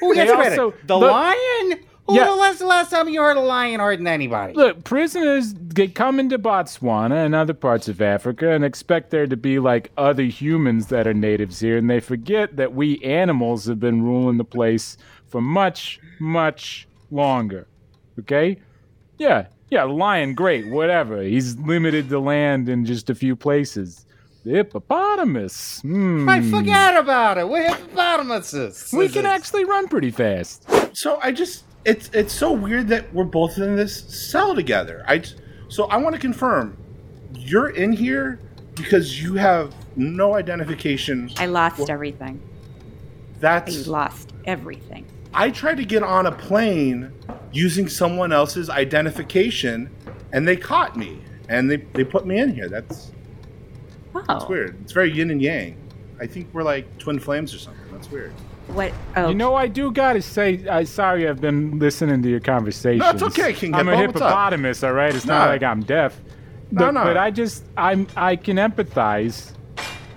Speaker 7: who
Speaker 6: They
Speaker 7: gets credit?
Speaker 6: also-
Speaker 7: the
Speaker 6: look-
Speaker 7: lion? Who
Speaker 6: Yeah.
Speaker 7: yeah. was the last time you heard a lion hurting anybody?
Speaker 6: Look, prisoners get come into Botswana and other parts of Africa and expect there to be like other humans that are natives here, and they forget that we animals have been ruling the place for much, much longer. Okay? Yeah, yeah, lion, great, whatever. He's limited to land in just a few places. The hippopotamus. Hmm.
Speaker 7: I forgot about it. We're hippopotamuses.
Speaker 6: We can actually run pretty fast.
Speaker 5: So I just it's it's so weird that we're both in this cell together. I j- so I want to confirm you're in here because you have no identification.
Speaker 8: I lost everything. I
Speaker 5: That's
Speaker 8: lost everything.
Speaker 5: I tried to get on a plane using someone else's identification, and they caught me and they, they put me in here. That's
Speaker 8: Wow.
Speaker 12: Oh.
Speaker 5: that's
Speaker 3: Oh.
Speaker 5: weird. It's very yin and yang. I think we're like twin flames or something. That's weird.
Speaker 8: What oh
Speaker 6: You know, I do gotta say, I sorry I've been listening to your conversations.
Speaker 5: No, it's okay, King
Speaker 6: I'm a
Speaker 5: Hippo, what's up?
Speaker 6: hippopotamus, all right. It's not
Speaker 5: No.
Speaker 6: like I'm deaf.
Speaker 5: No,
Speaker 6: but,
Speaker 5: no.
Speaker 6: But I just, I'm, I can empathize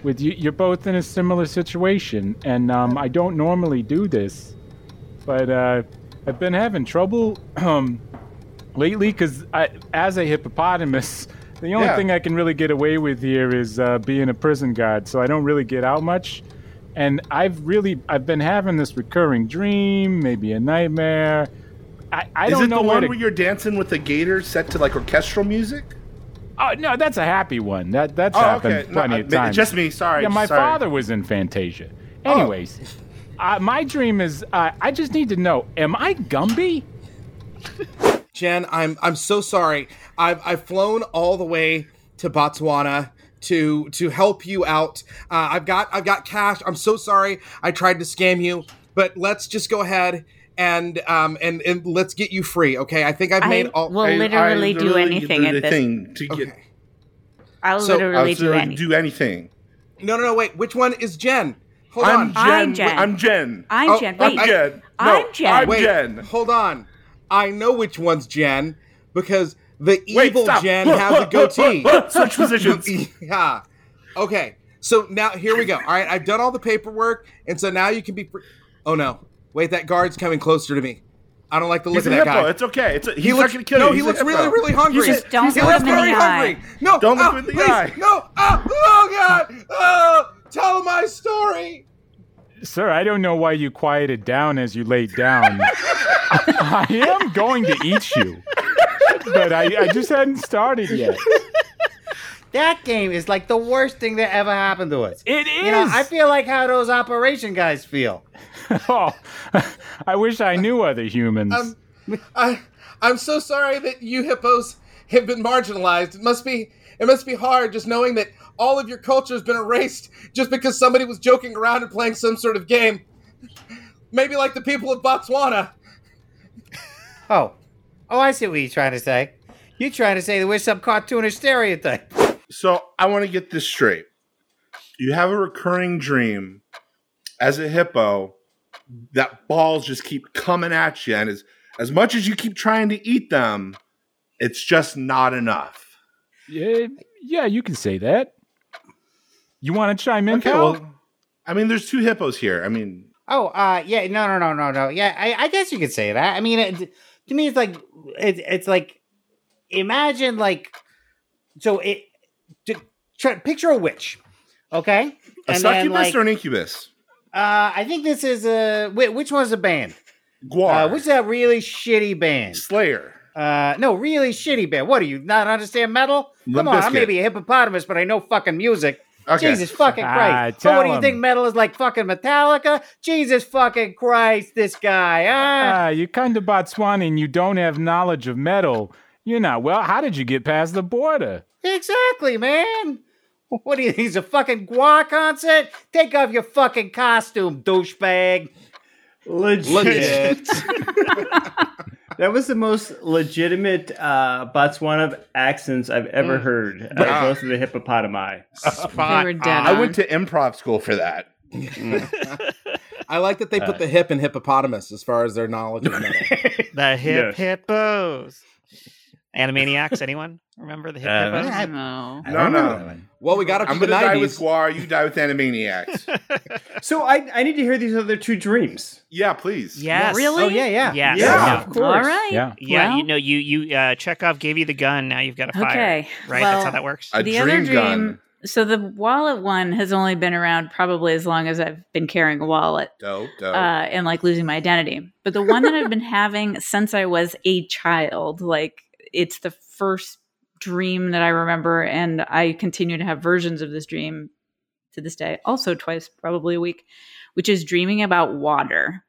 Speaker 6: with you. You're both in a similar situation, and um, I don't normally do this, but uh, I've been having trouble um, lately because as a hippopotamus. The only
Speaker 5: Yeah.
Speaker 6: thing I can really get away with here is uh, being a prison guard, so I don't really get out much and I've really I've been having this recurring dream, maybe a nightmare. I, I
Speaker 5: Is
Speaker 6: don't
Speaker 5: it
Speaker 6: know
Speaker 5: the
Speaker 6: where
Speaker 5: one
Speaker 6: to.
Speaker 5: where you're dancing with a gator set to like orchestral music?
Speaker 6: oh no, that's a happy one. That that's
Speaker 5: Oh,
Speaker 6: happened
Speaker 5: okay. No,
Speaker 6: plenty
Speaker 5: I-
Speaker 6: of
Speaker 5: ma-
Speaker 6: times.
Speaker 5: just me. Sorry.
Speaker 6: yeah, my
Speaker 5: sorry.
Speaker 6: father was in Fantasia. Anyways, uh, my dream is uh, I just need to know: Am I Gumby?
Speaker 2: Jen, I'm I'm so sorry. I've I've flown all the way to Botswana to to help you out. Uh, I've got I've got cash. I'm so sorry. I tried to scam you, but let's just go ahead and um and and let's get you free. Okay, I think I've
Speaker 8: I
Speaker 2: made
Speaker 8: will
Speaker 2: all.
Speaker 5: I- I
Speaker 8: literally do
Speaker 5: literally
Speaker 8: anything
Speaker 5: did
Speaker 8: at
Speaker 5: the
Speaker 8: this.
Speaker 5: thing to get.
Speaker 2: Okay.
Speaker 8: I'll
Speaker 2: So,
Speaker 5: I
Speaker 8: literally
Speaker 5: was
Speaker 8: do
Speaker 5: gonna
Speaker 8: anything.
Speaker 5: do anything.
Speaker 2: No, no, no. Wait. Which one is Jen? Hold
Speaker 5: I'm
Speaker 2: on.
Speaker 5: Jen.
Speaker 8: I'm Jen.
Speaker 5: I'm Jen.
Speaker 8: I'm
Speaker 2: Oh,
Speaker 8: Jen.
Speaker 2: I'm
Speaker 8: Wait,
Speaker 5: I'm Jen.
Speaker 8: I'm
Speaker 5: No,
Speaker 8: Jen.
Speaker 5: I'm
Speaker 2: Wait.
Speaker 5: Jen.
Speaker 2: Hold on. I know which one's Jen because the
Speaker 5: Wait,
Speaker 2: evil
Speaker 5: stop.
Speaker 2: Jen has a goatee.
Speaker 5: Switch positions.
Speaker 2: yeah. Okay. So now here we go. All right, I've done all the paperwork, and so now you can be. Pre- oh no! Wait, that guard's coming closer to me. I don't like the look
Speaker 5: He's a
Speaker 2: of that
Speaker 5: hippo.
Speaker 2: guy.
Speaker 5: It's okay. It's a, he's
Speaker 2: he looks.
Speaker 5: not gonna kill
Speaker 2: no,
Speaker 5: you.
Speaker 2: he
Speaker 5: He's a
Speaker 2: looks
Speaker 5: hippo.
Speaker 2: really, really hungry.
Speaker 8: Just don't
Speaker 2: he
Speaker 8: look
Speaker 2: looks
Speaker 8: him in
Speaker 2: very
Speaker 8: the
Speaker 2: hungry.
Speaker 8: eye.
Speaker 2: No,
Speaker 5: Don't look
Speaker 2: oh,
Speaker 5: him in the
Speaker 2: please,
Speaker 5: eye.
Speaker 2: No, oh, oh god! Oh, tell my story.
Speaker 5: Oh.
Speaker 6: Sir, I don't know why you quieted down as you laid down. I am going to eat you, but I, I just hadn't started yet.
Speaker 7: That game is like the worst thing that ever happened to us.
Speaker 6: It is.
Speaker 7: You know, I feel like how those operation guys feel.
Speaker 6: oh, I wish I knew other humans.
Speaker 2: Um, I, I'm so sorry that you hippos have been marginalized. It must be it must be hard just knowing that all of your culture has been erased just because somebody was joking around and playing some sort of game. Maybe like the people of Botswana.
Speaker 7: Oh, oh, I see what you're trying to say. You're trying to say that we're some cartoonish stereotype.
Speaker 5: So I want to get this straight. You have a recurring dream as a hippo that balls just keep coming at you, and as as much as you keep trying to eat them, it's just not enough.
Speaker 6: Yeah, yeah, you can say that. You want to chime in,
Speaker 5: Okay,
Speaker 6: Cal?
Speaker 5: well, I mean, there's two hippos here. I mean,
Speaker 12: Oh, uh, yeah, no, no, no, no, no. Yeah, I, I guess you could say that. I mean, it, to me, it's like it, it's like imagine like so it to, try, picture a witch, okay?
Speaker 5: a
Speaker 12: And then,
Speaker 5: succubus
Speaker 12: like,
Speaker 5: or an incubus?
Speaker 12: uh, I think this is a whi- which one's a band?
Speaker 5: Guar.
Speaker 12: Uh, which is that really shitty band?
Speaker 5: Slayer.
Speaker 12: Uh, no, really shitty band. What do you not understand metal? Come
Speaker 5: Limp
Speaker 12: on, I may
Speaker 5: Bizkit.
Speaker 12: be a hippopotamus, but I know fucking music.
Speaker 5: Okay.
Speaker 12: Jesus fucking
Speaker 6: Ah,
Speaker 12: Christ!
Speaker 6: tell
Speaker 12: but what do you
Speaker 6: him.
Speaker 12: think metal is like? Fucking Metallica? Jesus fucking Christ! This guy, ah.
Speaker 6: Ah, you come to Botswana and you don't have knowledge of metal. You're not well. How did you get past the border?
Speaker 12: Exactly, man. What do you think? It's a fucking gua concert? Take off your fucking costume, douchebag.
Speaker 4: Legit. that was the most legitimate uh, Botswana accents I've ever heard. out of
Speaker 5: Wow.
Speaker 4: both of the hippopotami.
Speaker 5: Mm. Spot
Speaker 3: were dead
Speaker 5: on. I went
Speaker 3: on.
Speaker 5: to improv school for that.
Speaker 2: I like that they
Speaker 5: Uh,
Speaker 2: put the hip in hippopotamus as far as their knowledge of metal.
Speaker 1: The hip
Speaker 4: Yes.
Speaker 1: hippos. Animaniacs, anyone remember the hip
Speaker 4: Uh,
Speaker 1: hippos?
Speaker 3: I don't know.
Speaker 5: No, no.
Speaker 2: Well, we got up
Speaker 5: I'm
Speaker 2: to the
Speaker 5: gonna die with
Speaker 2: nineties.
Speaker 5: Guar. You die with Animaniacs.
Speaker 4: So I, I need to hear these other two dreams.
Speaker 5: yeah, please.
Speaker 1: Yes.
Speaker 3: Really?
Speaker 12: Oh, yeah, yeah.
Speaker 1: Yes.
Speaker 4: Yeah,
Speaker 1: No.
Speaker 4: of
Speaker 3: All
Speaker 4: course.
Speaker 3: right.
Speaker 6: Yeah.
Speaker 1: Yeah,
Speaker 3: Well-
Speaker 1: you know, you you uh, Chekhov gave you the gun. Now you've got to fire.
Speaker 3: Okay.
Speaker 1: Right,
Speaker 3: Well,
Speaker 1: that's how that works.
Speaker 5: A
Speaker 3: The
Speaker 5: dream
Speaker 3: other
Speaker 5: gun.
Speaker 3: dream- So the wallet one has only been around probably as long as I've been carrying a wallet
Speaker 5: Dope, dope.
Speaker 3: uh, and like losing my identity. But the one that I've been having since I was a child, like it's the first dream that I remember, and I continue to have versions of this dream to this day, also twice probably a week, which is dreaming about water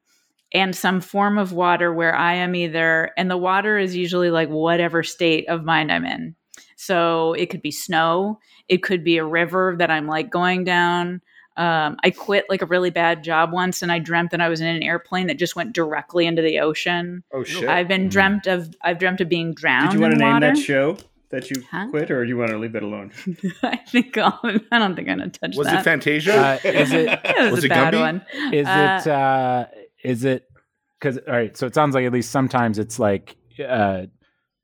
Speaker 3: and some form of water where I am either, and the water is usually like whatever state of mind I'm in. So it could be snow, it could be a river that I'm like going down. Um, I quit like a really bad job once and I dreamt that I was in an airplane that just went directly into the ocean.
Speaker 5: oh shit.
Speaker 3: I-
Speaker 5: I,
Speaker 3: I've been dreamt of I've dreamt of being drowned.
Speaker 4: Did you want to
Speaker 3: in
Speaker 4: name that
Speaker 3: water.
Speaker 4: show that you
Speaker 3: Huh?
Speaker 4: quit, or do you want to leave that alone?
Speaker 3: I think I'll, I don't think I'm gonna touch
Speaker 5: was it
Speaker 3: that.
Speaker 5: Fantasia?
Speaker 6: Uh, is it?
Speaker 3: it was,
Speaker 5: was
Speaker 3: a
Speaker 5: it
Speaker 3: bad
Speaker 5: Gumby?
Speaker 3: one.
Speaker 6: Is
Speaker 3: Uh,
Speaker 6: it? Uh, is it? Because all right. So it sounds like at least sometimes it's like uh,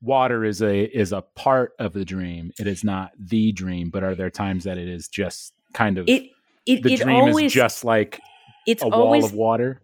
Speaker 6: water is a is a part of the dream. It is not the dream. But are there times that it is just kind of
Speaker 3: it it,
Speaker 6: the
Speaker 3: it
Speaker 6: dream
Speaker 3: always
Speaker 6: is just like
Speaker 3: it's
Speaker 6: a
Speaker 3: always
Speaker 6: wall of water?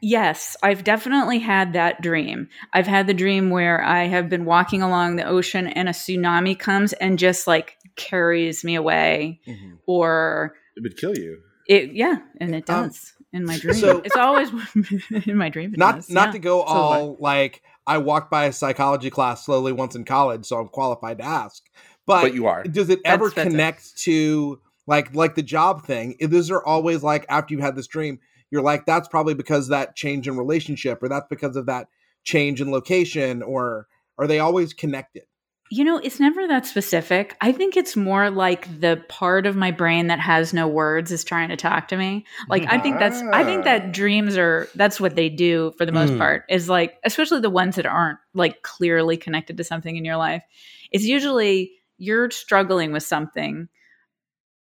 Speaker 3: Yes, I've definitely had that dream. I've had the dream where I have been walking along the ocean and a tsunami comes and just like carries me away
Speaker 2: Mhm.
Speaker 3: or
Speaker 5: it would kill you.
Speaker 3: it yeah, and it
Speaker 2: Um,
Speaker 3: does in my dream.
Speaker 2: so-
Speaker 3: it's always in my dream. It
Speaker 2: Not
Speaker 3: does,
Speaker 2: not
Speaker 3: yeah.
Speaker 2: to go
Speaker 3: So
Speaker 2: all like I walked by a psychology class slowly once in college, so I'm qualified to ask. But,
Speaker 5: But you are.
Speaker 2: does it ever
Speaker 3: That's better.
Speaker 2: connect to like like the job thing? If These are always like after you've had this dream, you're like, that's probably because of that change in relationship, or that's because of that change in location, or are they always connected?
Speaker 3: You know, it's never that specific. I think it's more like the part of my brain that has no words is trying to talk to me. Like I think that's I think
Speaker 5: Ah.
Speaker 3: that dreams are that's what they do for the most
Speaker 7: Mm.
Speaker 3: part is like especially the ones that aren't like clearly connected to something in your life. It's usually you're struggling with something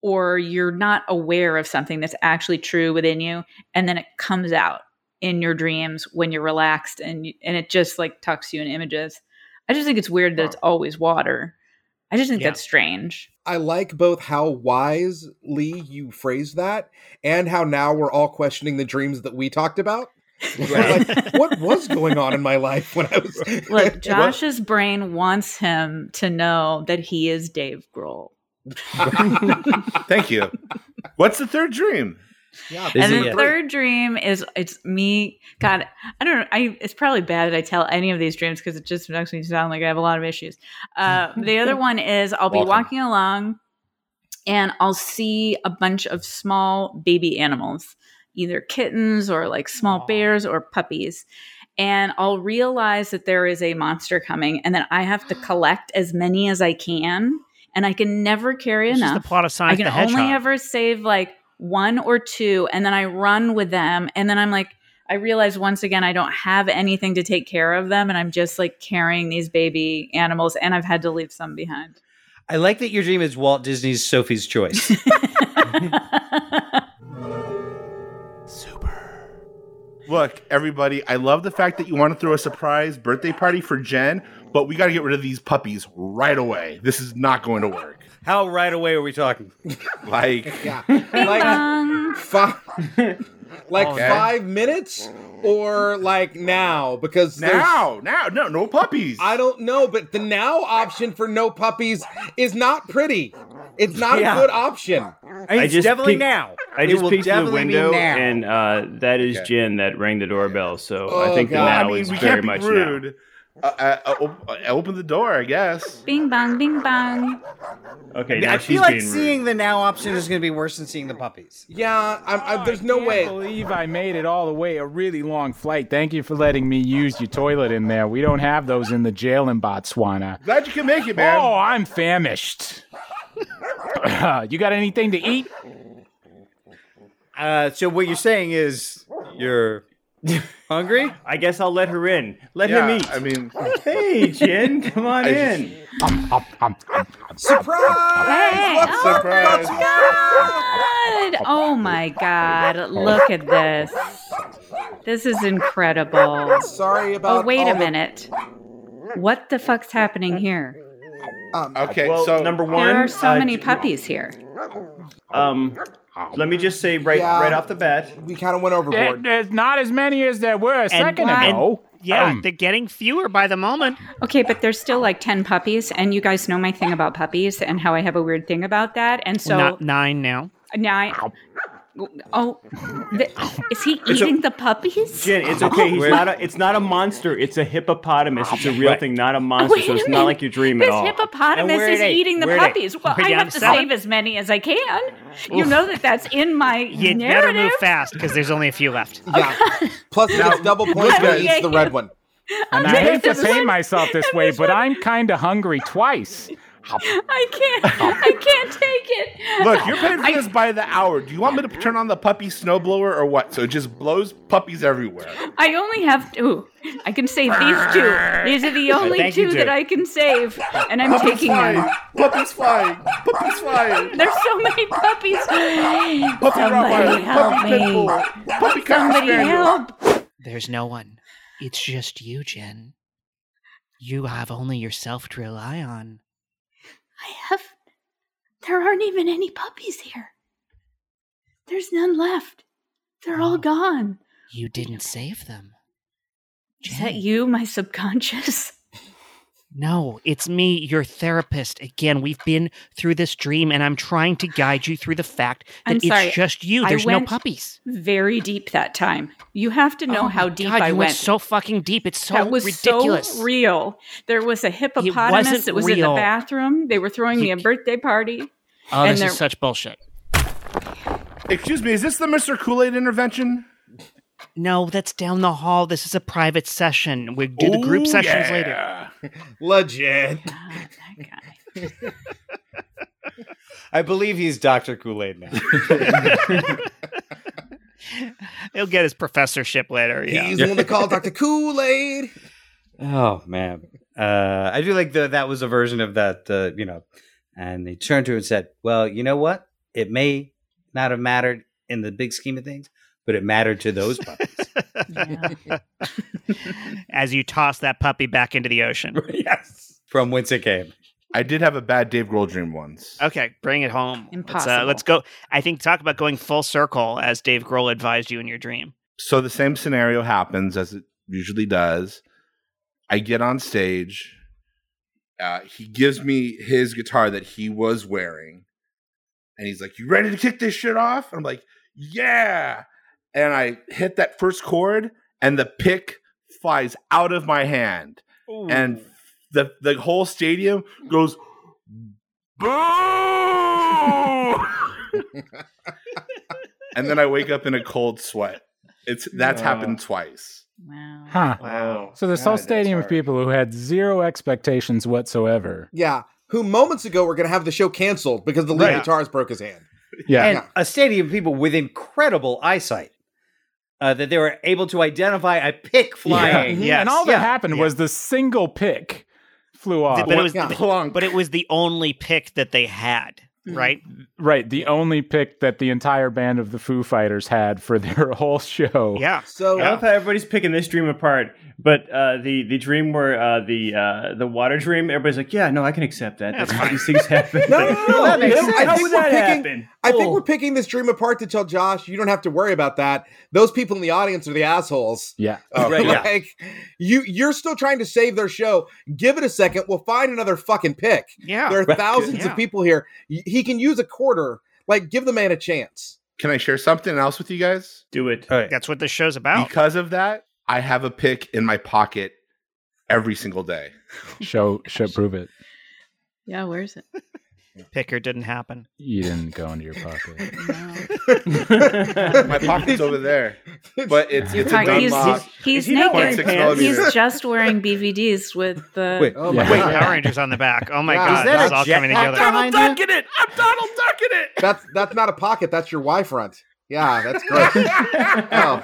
Speaker 3: or you're not aware of something that's actually true within you and then it comes out in your dreams when you're relaxed and you, and it just like tucks you in images. I just think it's weird that it's always water. I just think
Speaker 1: Yeah.
Speaker 3: that's strange.
Speaker 2: I like both how wisely you phrased that and how now we're all questioning the dreams that we talked about.
Speaker 5: Right.
Speaker 2: like, what was going on in my life when I was
Speaker 3: Look, Josh's brain wants him to know that he is Dave Grohl.
Speaker 5: Thank you. What's the third dream?
Speaker 2: yeah,
Speaker 7: Is
Speaker 3: and
Speaker 7: it-
Speaker 3: the third dream is it's me. God, I don't know. I it's probably bad that I tell any of these dreams because it just makes me sound like I have a lot of issues. Uh, the other one is I'll be
Speaker 5: Welcome.
Speaker 3: walking along, and I'll see a bunch of small baby animals, either kittens or like small
Speaker 1: Aw.
Speaker 3: bears or puppies. And I'll realize that there is a monster coming, and then I have to collect as many as I can, and I can never carry
Speaker 1: This is
Speaker 3: enough.
Speaker 1: the plot of
Speaker 3: I
Speaker 1: Sonic
Speaker 3: can
Speaker 1: the Hedgehog.
Speaker 3: only ever save like one or two, and then I run with them, and then I'm like, I realize once again I don't have anything to take care of them, and I'm just like carrying these baby animals, and I've had to leave some behind.
Speaker 7: I like that your dream is Walt Disney's Sophie's Choice.
Speaker 5: Look, everybody, I love the fact that you want to throw a surprise birthday party for Jen, but we got to get rid of these puppies right away. This is not going to work.
Speaker 7: How right away are we talking?
Speaker 5: like,
Speaker 2: yeah. like five, like
Speaker 5: Okay.
Speaker 2: five minutes, or like now because there's-
Speaker 5: Now, now, no, no puppies.
Speaker 2: I don't know, but the now option for no puppies is not pretty. It's not
Speaker 7: Yeah.
Speaker 2: a good option.
Speaker 7: I It's just definitely
Speaker 4: peeked-
Speaker 7: now.
Speaker 4: I
Speaker 7: It
Speaker 4: just
Speaker 7: will
Speaker 4: peeked through the
Speaker 7: definitely be
Speaker 4: window,
Speaker 7: now.
Speaker 4: and uh, that is
Speaker 5: Okay.
Speaker 4: Jen that rang the doorbell. So
Speaker 5: Oh,
Speaker 4: I think
Speaker 5: God.
Speaker 4: the now
Speaker 5: I mean,
Speaker 4: is
Speaker 5: we
Speaker 4: very
Speaker 5: can't be
Speaker 4: much
Speaker 5: rude. Uh, uh, uh, op- uh, open the door, I guess.
Speaker 3: Bing bong, bing
Speaker 4: now.
Speaker 3: bong.
Speaker 4: Okay, now
Speaker 7: I
Speaker 4: she's
Speaker 7: feel like
Speaker 4: being rude.
Speaker 7: seeing the now option is going to be worse than seeing the puppies.
Speaker 2: Yeah, I'm, I'm, there's no
Speaker 6: Oh, I
Speaker 2: way.
Speaker 6: believe I made it all the way a really long flight. Thank you for letting me use your toilet in there. We don't have those in the jail in Botswana.
Speaker 5: Glad you can make it, man.
Speaker 6: Oh, I'm famished. you got anything to eat?
Speaker 7: Uh, so what you're saying is you're hungry?
Speaker 4: I guess I'll let her in. Let
Speaker 5: yeah,
Speaker 4: him eat.
Speaker 5: I mean,
Speaker 4: hey, Jen, come on
Speaker 5: I just-
Speaker 4: in.
Speaker 2: Surprise! What's up?
Speaker 5: surprise.
Speaker 3: oh, Good. Oh my God. Look at this. This is incredible.
Speaker 2: Sorry about.
Speaker 3: Oh, wait
Speaker 2: all
Speaker 3: a
Speaker 2: the-
Speaker 3: minute. What the fuck's happening here?
Speaker 2: um,
Speaker 5: okay,
Speaker 4: Well,
Speaker 5: so
Speaker 4: number one,
Speaker 3: There are so
Speaker 4: uh,
Speaker 3: many
Speaker 4: J-
Speaker 3: puppies here.
Speaker 4: Um, let me just say right
Speaker 2: Yeah.
Speaker 4: right off the bat.
Speaker 2: we kind of went
Speaker 6: There-
Speaker 2: overboard.
Speaker 6: there's not as many as there were a second
Speaker 3: why-
Speaker 6: ago.
Speaker 1: Yeah,
Speaker 6: Um,
Speaker 1: they're getting fewer by the moment.
Speaker 3: Okay, but there's still like 10 puppies, and you guys know my thing about puppies and how I have a weird thing about that. And so
Speaker 1: Not nine now.
Speaker 3: now I. Oh, the, is he eating the puppies?
Speaker 4: Jen, it's okay. He's not a, it's not a monster. It's a hippopotamus. It's a real thing, not a monster.
Speaker 3: Wait
Speaker 4: so
Speaker 3: a
Speaker 4: it's not
Speaker 3: minute.
Speaker 4: like your dream at
Speaker 3: This
Speaker 4: all.
Speaker 7: And
Speaker 3: hippopotamus
Speaker 7: where
Speaker 3: is
Speaker 7: it ate.
Speaker 3: eating the
Speaker 7: Where it ate.
Speaker 3: puppies. Well,
Speaker 1: Where
Speaker 3: I
Speaker 1: it
Speaker 3: have
Speaker 1: ate.
Speaker 3: to
Speaker 1: Salad.
Speaker 3: save as many as I can. You know that that's in my
Speaker 1: You'd better
Speaker 3: narrative.
Speaker 1: move fast because there's only a few left.
Speaker 2: Yeah. Plus, it gets double points when it eats the red one.
Speaker 6: and I
Speaker 3: I'm
Speaker 6: hate to
Speaker 3: just-
Speaker 6: say myself this
Speaker 3: I'm
Speaker 6: way,
Speaker 3: just-
Speaker 6: but I'm kind of hungry twice.
Speaker 3: I can't. I can't take it.
Speaker 5: look, you're paying for this by the hour. Do you want me to turn on the puppy snowblower or what? So it just blows puppies everywhere.
Speaker 3: I only have two. I can save these two. These are the only
Speaker 7: Thank you,
Speaker 3: two that
Speaker 7: Jim.
Speaker 3: I can save, and I'm
Speaker 5: Puppies
Speaker 3: taking
Speaker 5: flying.
Speaker 3: them.
Speaker 5: Puppies flying. Puppies flying.
Speaker 3: There's so many puppies.
Speaker 5: Puppy
Speaker 3: Somebody
Speaker 5: Rottweiler.
Speaker 3: help
Speaker 5: Puppy
Speaker 3: me.
Speaker 5: Pitbull. Puppy Cocker
Speaker 3: Somebody
Speaker 5: Spaniel.
Speaker 3: help.
Speaker 1: There's no one. It's just you, Jen. You have only yourself to rely on.
Speaker 3: I have. There aren't even any puppies here. There's none left. They're all gone.
Speaker 1: You didn't save them.
Speaker 3: Is that you, my subconscious?
Speaker 1: No, it's me, your therapist. Again, we've been through this dream, and I'm trying to guide you through the fact that
Speaker 3: I'm
Speaker 1: it's
Speaker 3: sorry.
Speaker 1: just you.
Speaker 3: I
Speaker 1: There's no
Speaker 3: went
Speaker 1: puppies.
Speaker 3: Very deep that time. You have to know
Speaker 1: Oh
Speaker 3: how
Speaker 1: my
Speaker 3: deep
Speaker 1: God,
Speaker 3: I
Speaker 1: you
Speaker 3: went.
Speaker 1: so fucking deep. It's so
Speaker 3: that was
Speaker 1: ridiculous.
Speaker 3: so real. There was a hippopotamus
Speaker 1: wasn't
Speaker 3: that was in
Speaker 1: real.
Speaker 3: the bathroom. They were throwing
Speaker 1: You
Speaker 3: me a
Speaker 1: c-
Speaker 3: birthday party.
Speaker 1: oh,
Speaker 3: and
Speaker 1: this
Speaker 3: there-
Speaker 1: is such bullshit.
Speaker 5: Excuse me, is this the Mr. Kool Aid intervention?
Speaker 1: No, that's down the hall. This is a private session. We do the group
Speaker 5: Ooh,
Speaker 1: sessions
Speaker 5: yeah.
Speaker 1: later.
Speaker 2: Legit.
Speaker 3: God, that guy.
Speaker 7: I believe he's Dr. Kool-Aid now.
Speaker 1: He'll get his professorship later. Yeah.
Speaker 2: He's the one that called Dr. Kool Aid.
Speaker 7: Oh man, uh, I do like the that was a version of that, uh, you know. And they turned to her and said, "Well, you know what? It may not have mattered in the big scheme of things, but it mattered to those puppies."
Speaker 1: As you toss that puppy back into the ocean.
Speaker 7: yes, from whence it came.
Speaker 5: I did have a bad Dave Grohl dream once.
Speaker 1: Okay, bring it home. Let's, uh,
Speaker 3: Impossible.
Speaker 1: let's go. I think talk about going full circle as Dave Grohl advised you in your dream.
Speaker 5: So the same scenario happens as it usually does. I get on stage. Uh, he gives me his guitar that he was wearing. And he's like, You ready to kick this shit off? I'm like, Yeah. And I hit that first chord, and the pick flies out of my hand. And
Speaker 4: Mm-hmm.
Speaker 5: the, the whole stadium goes, Boo! and then I wake up in a cold sweat. It's that's
Speaker 4: Yeah.
Speaker 5: happened twice.
Speaker 3: Wow.
Speaker 6: Huh.
Speaker 4: Wow.
Speaker 6: So this
Speaker 5: God,
Speaker 6: whole
Speaker 5: that's
Speaker 6: stadium of
Speaker 5: hard.
Speaker 6: people who had zero expectations whatsoever.
Speaker 2: Yeah. Who moments ago were going to have the show canceled because the lead
Speaker 1: Right.
Speaker 2: guitarist broke his hand.
Speaker 6: Yeah.
Speaker 7: and a stadium of people with incredible eyesight uh, that they were able to identify a pick flying.
Speaker 1: Yeah. Yes.
Speaker 6: And all that
Speaker 7: Yeah.
Speaker 6: happened
Speaker 7: Yeah.
Speaker 6: was the single pick flew off.
Speaker 1: but it was
Speaker 2: yeah.
Speaker 1: but it was the only pick that they had,
Speaker 3: Mm.
Speaker 1: right?
Speaker 6: right, the only pick that the entire band of the Foo Fighters had for their whole show.
Speaker 1: Yeah.
Speaker 2: So
Speaker 4: I love how everybody's picking this dream apart. But uh, the the dream where uh, the uh, the water dream, everybody's like, yeah, no, I can accept that. That's these things happen.
Speaker 2: No, no, no, no.
Speaker 4: That makes
Speaker 2: No,
Speaker 4: sense.
Speaker 2: I
Speaker 4: How
Speaker 2: think
Speaker 4: would
Speaker 2: we're
Speaker 4: that
Speaker 2: picking-
Speaker 4: happen? Oh.
Speaker 2: I think we're picking this dream apart to tell Josh, you don't have to worry about that. Those people in the audience are the assholes.
Speaker 6: Yeah.
Speaker 4: Right, yeah.
Speaker 2: like you you're still trying to save their show. Give it a second. We'll find another fucking pick.
Speaker 1: Yeah.
Speaker 2: There are
Speaker 5: Right.
Speaker 2: thousands
Speaker 1: Yeah.
Speaker 2: of people here. Y- He can use a quarter. Like give the man a chance.
Speaker 5: Can I share something else with you guys?
Speaker 4: Do it.
Speaker 1: That's what this show's about.
Speaker 5: Because of that, I have a pick in my pocket every single day.
Speaker 6: Show show prove it.
Speaker 3: Yeah, where is it?
Speaker 1: Picker didn't happen.
Speaker 6: You didn't go into your pocket.
Speaker 5: My pocket's over there, but it's it's a
Speaker 3: Right, he's
Speaker 5: Dunlop.
Speaker 3: he's
Speaker 4: he not wearing
Speaker 3: naked.
Speaker 5: pants?
Speaker 3: He's just wearing BVDs with the.
Speaker 7: Wait,
Speaker 2: Oh
Speaker 6: Yeah.
Speaker 2: my
Speaker 1: Wait,
Speaker 2: god.
Speaker 1: Power Rangers on the back. Oh my
Speaker 2: Wow.
Speaker 1: god,
Speaker 2: Is that
Speaker 1: this
Speaker 2: a
Speaker 1: is all coming
Speaker 7: jetpack
Speaker 1: together.
Speaker 7: behind you?
Speaker 5: it! I'm Donald Ducking it!
Speaker 2: That's that's not a pocket, that's your Y front. Yeah, that's great. oh,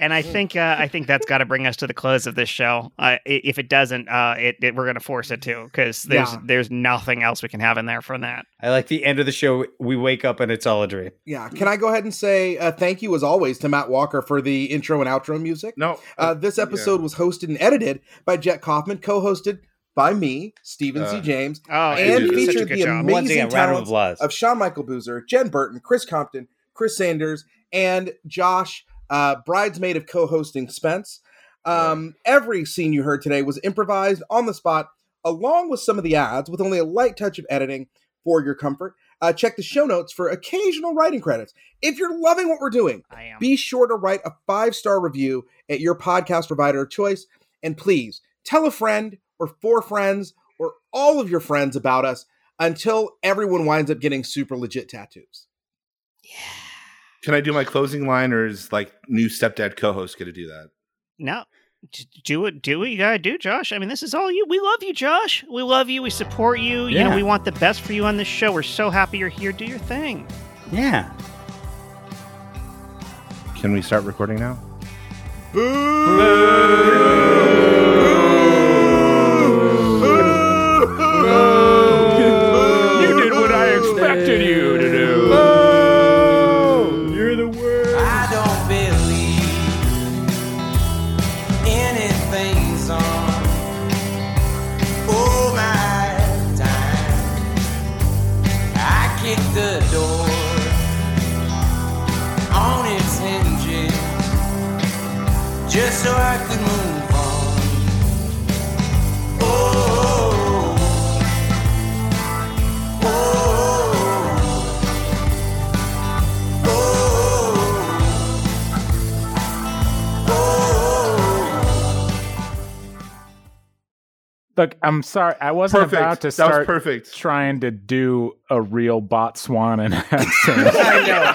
Speaker 1: And
Speaker 7: Hmm.
Speaker 1: I think uh, I think that's got to bring us to the close of this show. Uh, i- if it doesn't, uh, it, it we're gonna force it to because there's
Speaker 2: Yeah.
Speaker 1: there's nothing else we can have in there from that.
Speaker 7: I like the end of the show. We wake up and it's all a dream.
Speaker 2: yeah. Can I go ahead and say uh, thank you as always to Matt Walker for the intro and outro music?
Speaker 5: No,
Speaker 2: Uh, this episode was hosted and edited by Jet Kaufman, co-hosted by me, Stephen C.
Speaker 5: Uh,
Speaker 2: James,
Speaker 1: Oh,
Speaker 5: And
Speaker 1: you did such a
Speaker 2: featured
Speaker 1: good
Speaker 2: the
Speaker 1: job.
Speaker 2: ama-
Speaker 7: Once
Speaker 2: Amazing
Speaker 7: again, round of
Speaker 2: talents
Speaker 7: applause.
Speaker 2: of Sean Michael Boozer, Jen Burton, Chris Compton, Chris Sanders, and Josh, uh, bridesmaid of co-hosting Spence. Um, every scene you heard today was improvised on the spot, along with some of the ads, with only a light touch of editing for your comfort. Uh, check the show notes for occasional writing credits. If you're loving what we're doing,
Speaker 1: I am.
Speaker 2: be sure to write a five star review at your podcast provider of choice. And please tell a friend or four friends or all of your friends about us until everyone winds up getting super legit tattoos.
Speaker 5: Can I do my closing line, or is like new stepdad co-host going to do that?
Speaker 1: No. Just Do it. Do what you gotta do, Josh. I mean, this is all you. We love you, Josh. We love you. We support you. You know,
Speaker 7: Yeah.
Speaker 1: we want the best for you on this show. We're so happy you're here. Do your thing.
Speaker 7: yeah.
Speaker 5: Can we start recording now?
Speaker 10: You did what I expected you to do.
Speaker 4: You're the worst.
Speaker 13: I don't believe anything's on all my time. I kick the door on its hinges just so I could move on. Oh, oh, oh.
Speaker 6: Look, I'm sorry. I wasn't
Speaker 5: Perfect.
Speaker 6: about to
Speaker 5: that was
Speaker 6: start
Speaker 5: perfect.
Speaker 6: trying to do a real Botswanan accent.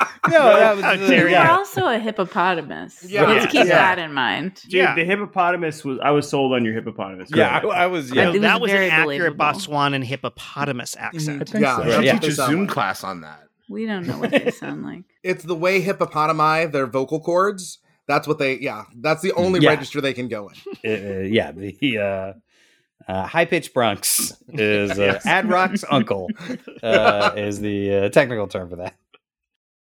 Speaker 7: No, that was,
Speaker 1: How dare
Speaker 3: You're
Speaker 1: you?
Speaker 3: also a hippopotamus.
Speaker 2: Yeah.
Speaker 3: Let's keep
Speaker 2: Yeah.
Speaker 3: that in mind.
Speaker 4: Dude,
Speaker 1: Yeah.
Speaker 4: the hippopotamus was. I was sold on your hippopotamus.
Speaker 7: yeah, I, I was.
Speaker 1: No,
Speaker 7: Yeah.
Speaker 3: It was
Speaker 1: that was an
Speaker 3: very
Speaker 1: accurate
Speaker 3: believable.
Speaker 1: Botswanan hippopotamus accent.
Speaker 6: I think so.
Speaker 5: I'll
Speaker 7: Yeah.
Speaker 5: teach a Zoom class on that.
Speaker 3: We don't know what they sound like.
Speaker 2: It's the way hippopotami, their vocal cords. That's what they, yeah, that's the only
Speaker 7: Yeah.
Speaker 2: register they can go in.
Speaker 7: Uh, uh, yeah, the uh, uh, high pitched Bronx is uh, Ad Rock's uncle uh, is the uh, technical term for that.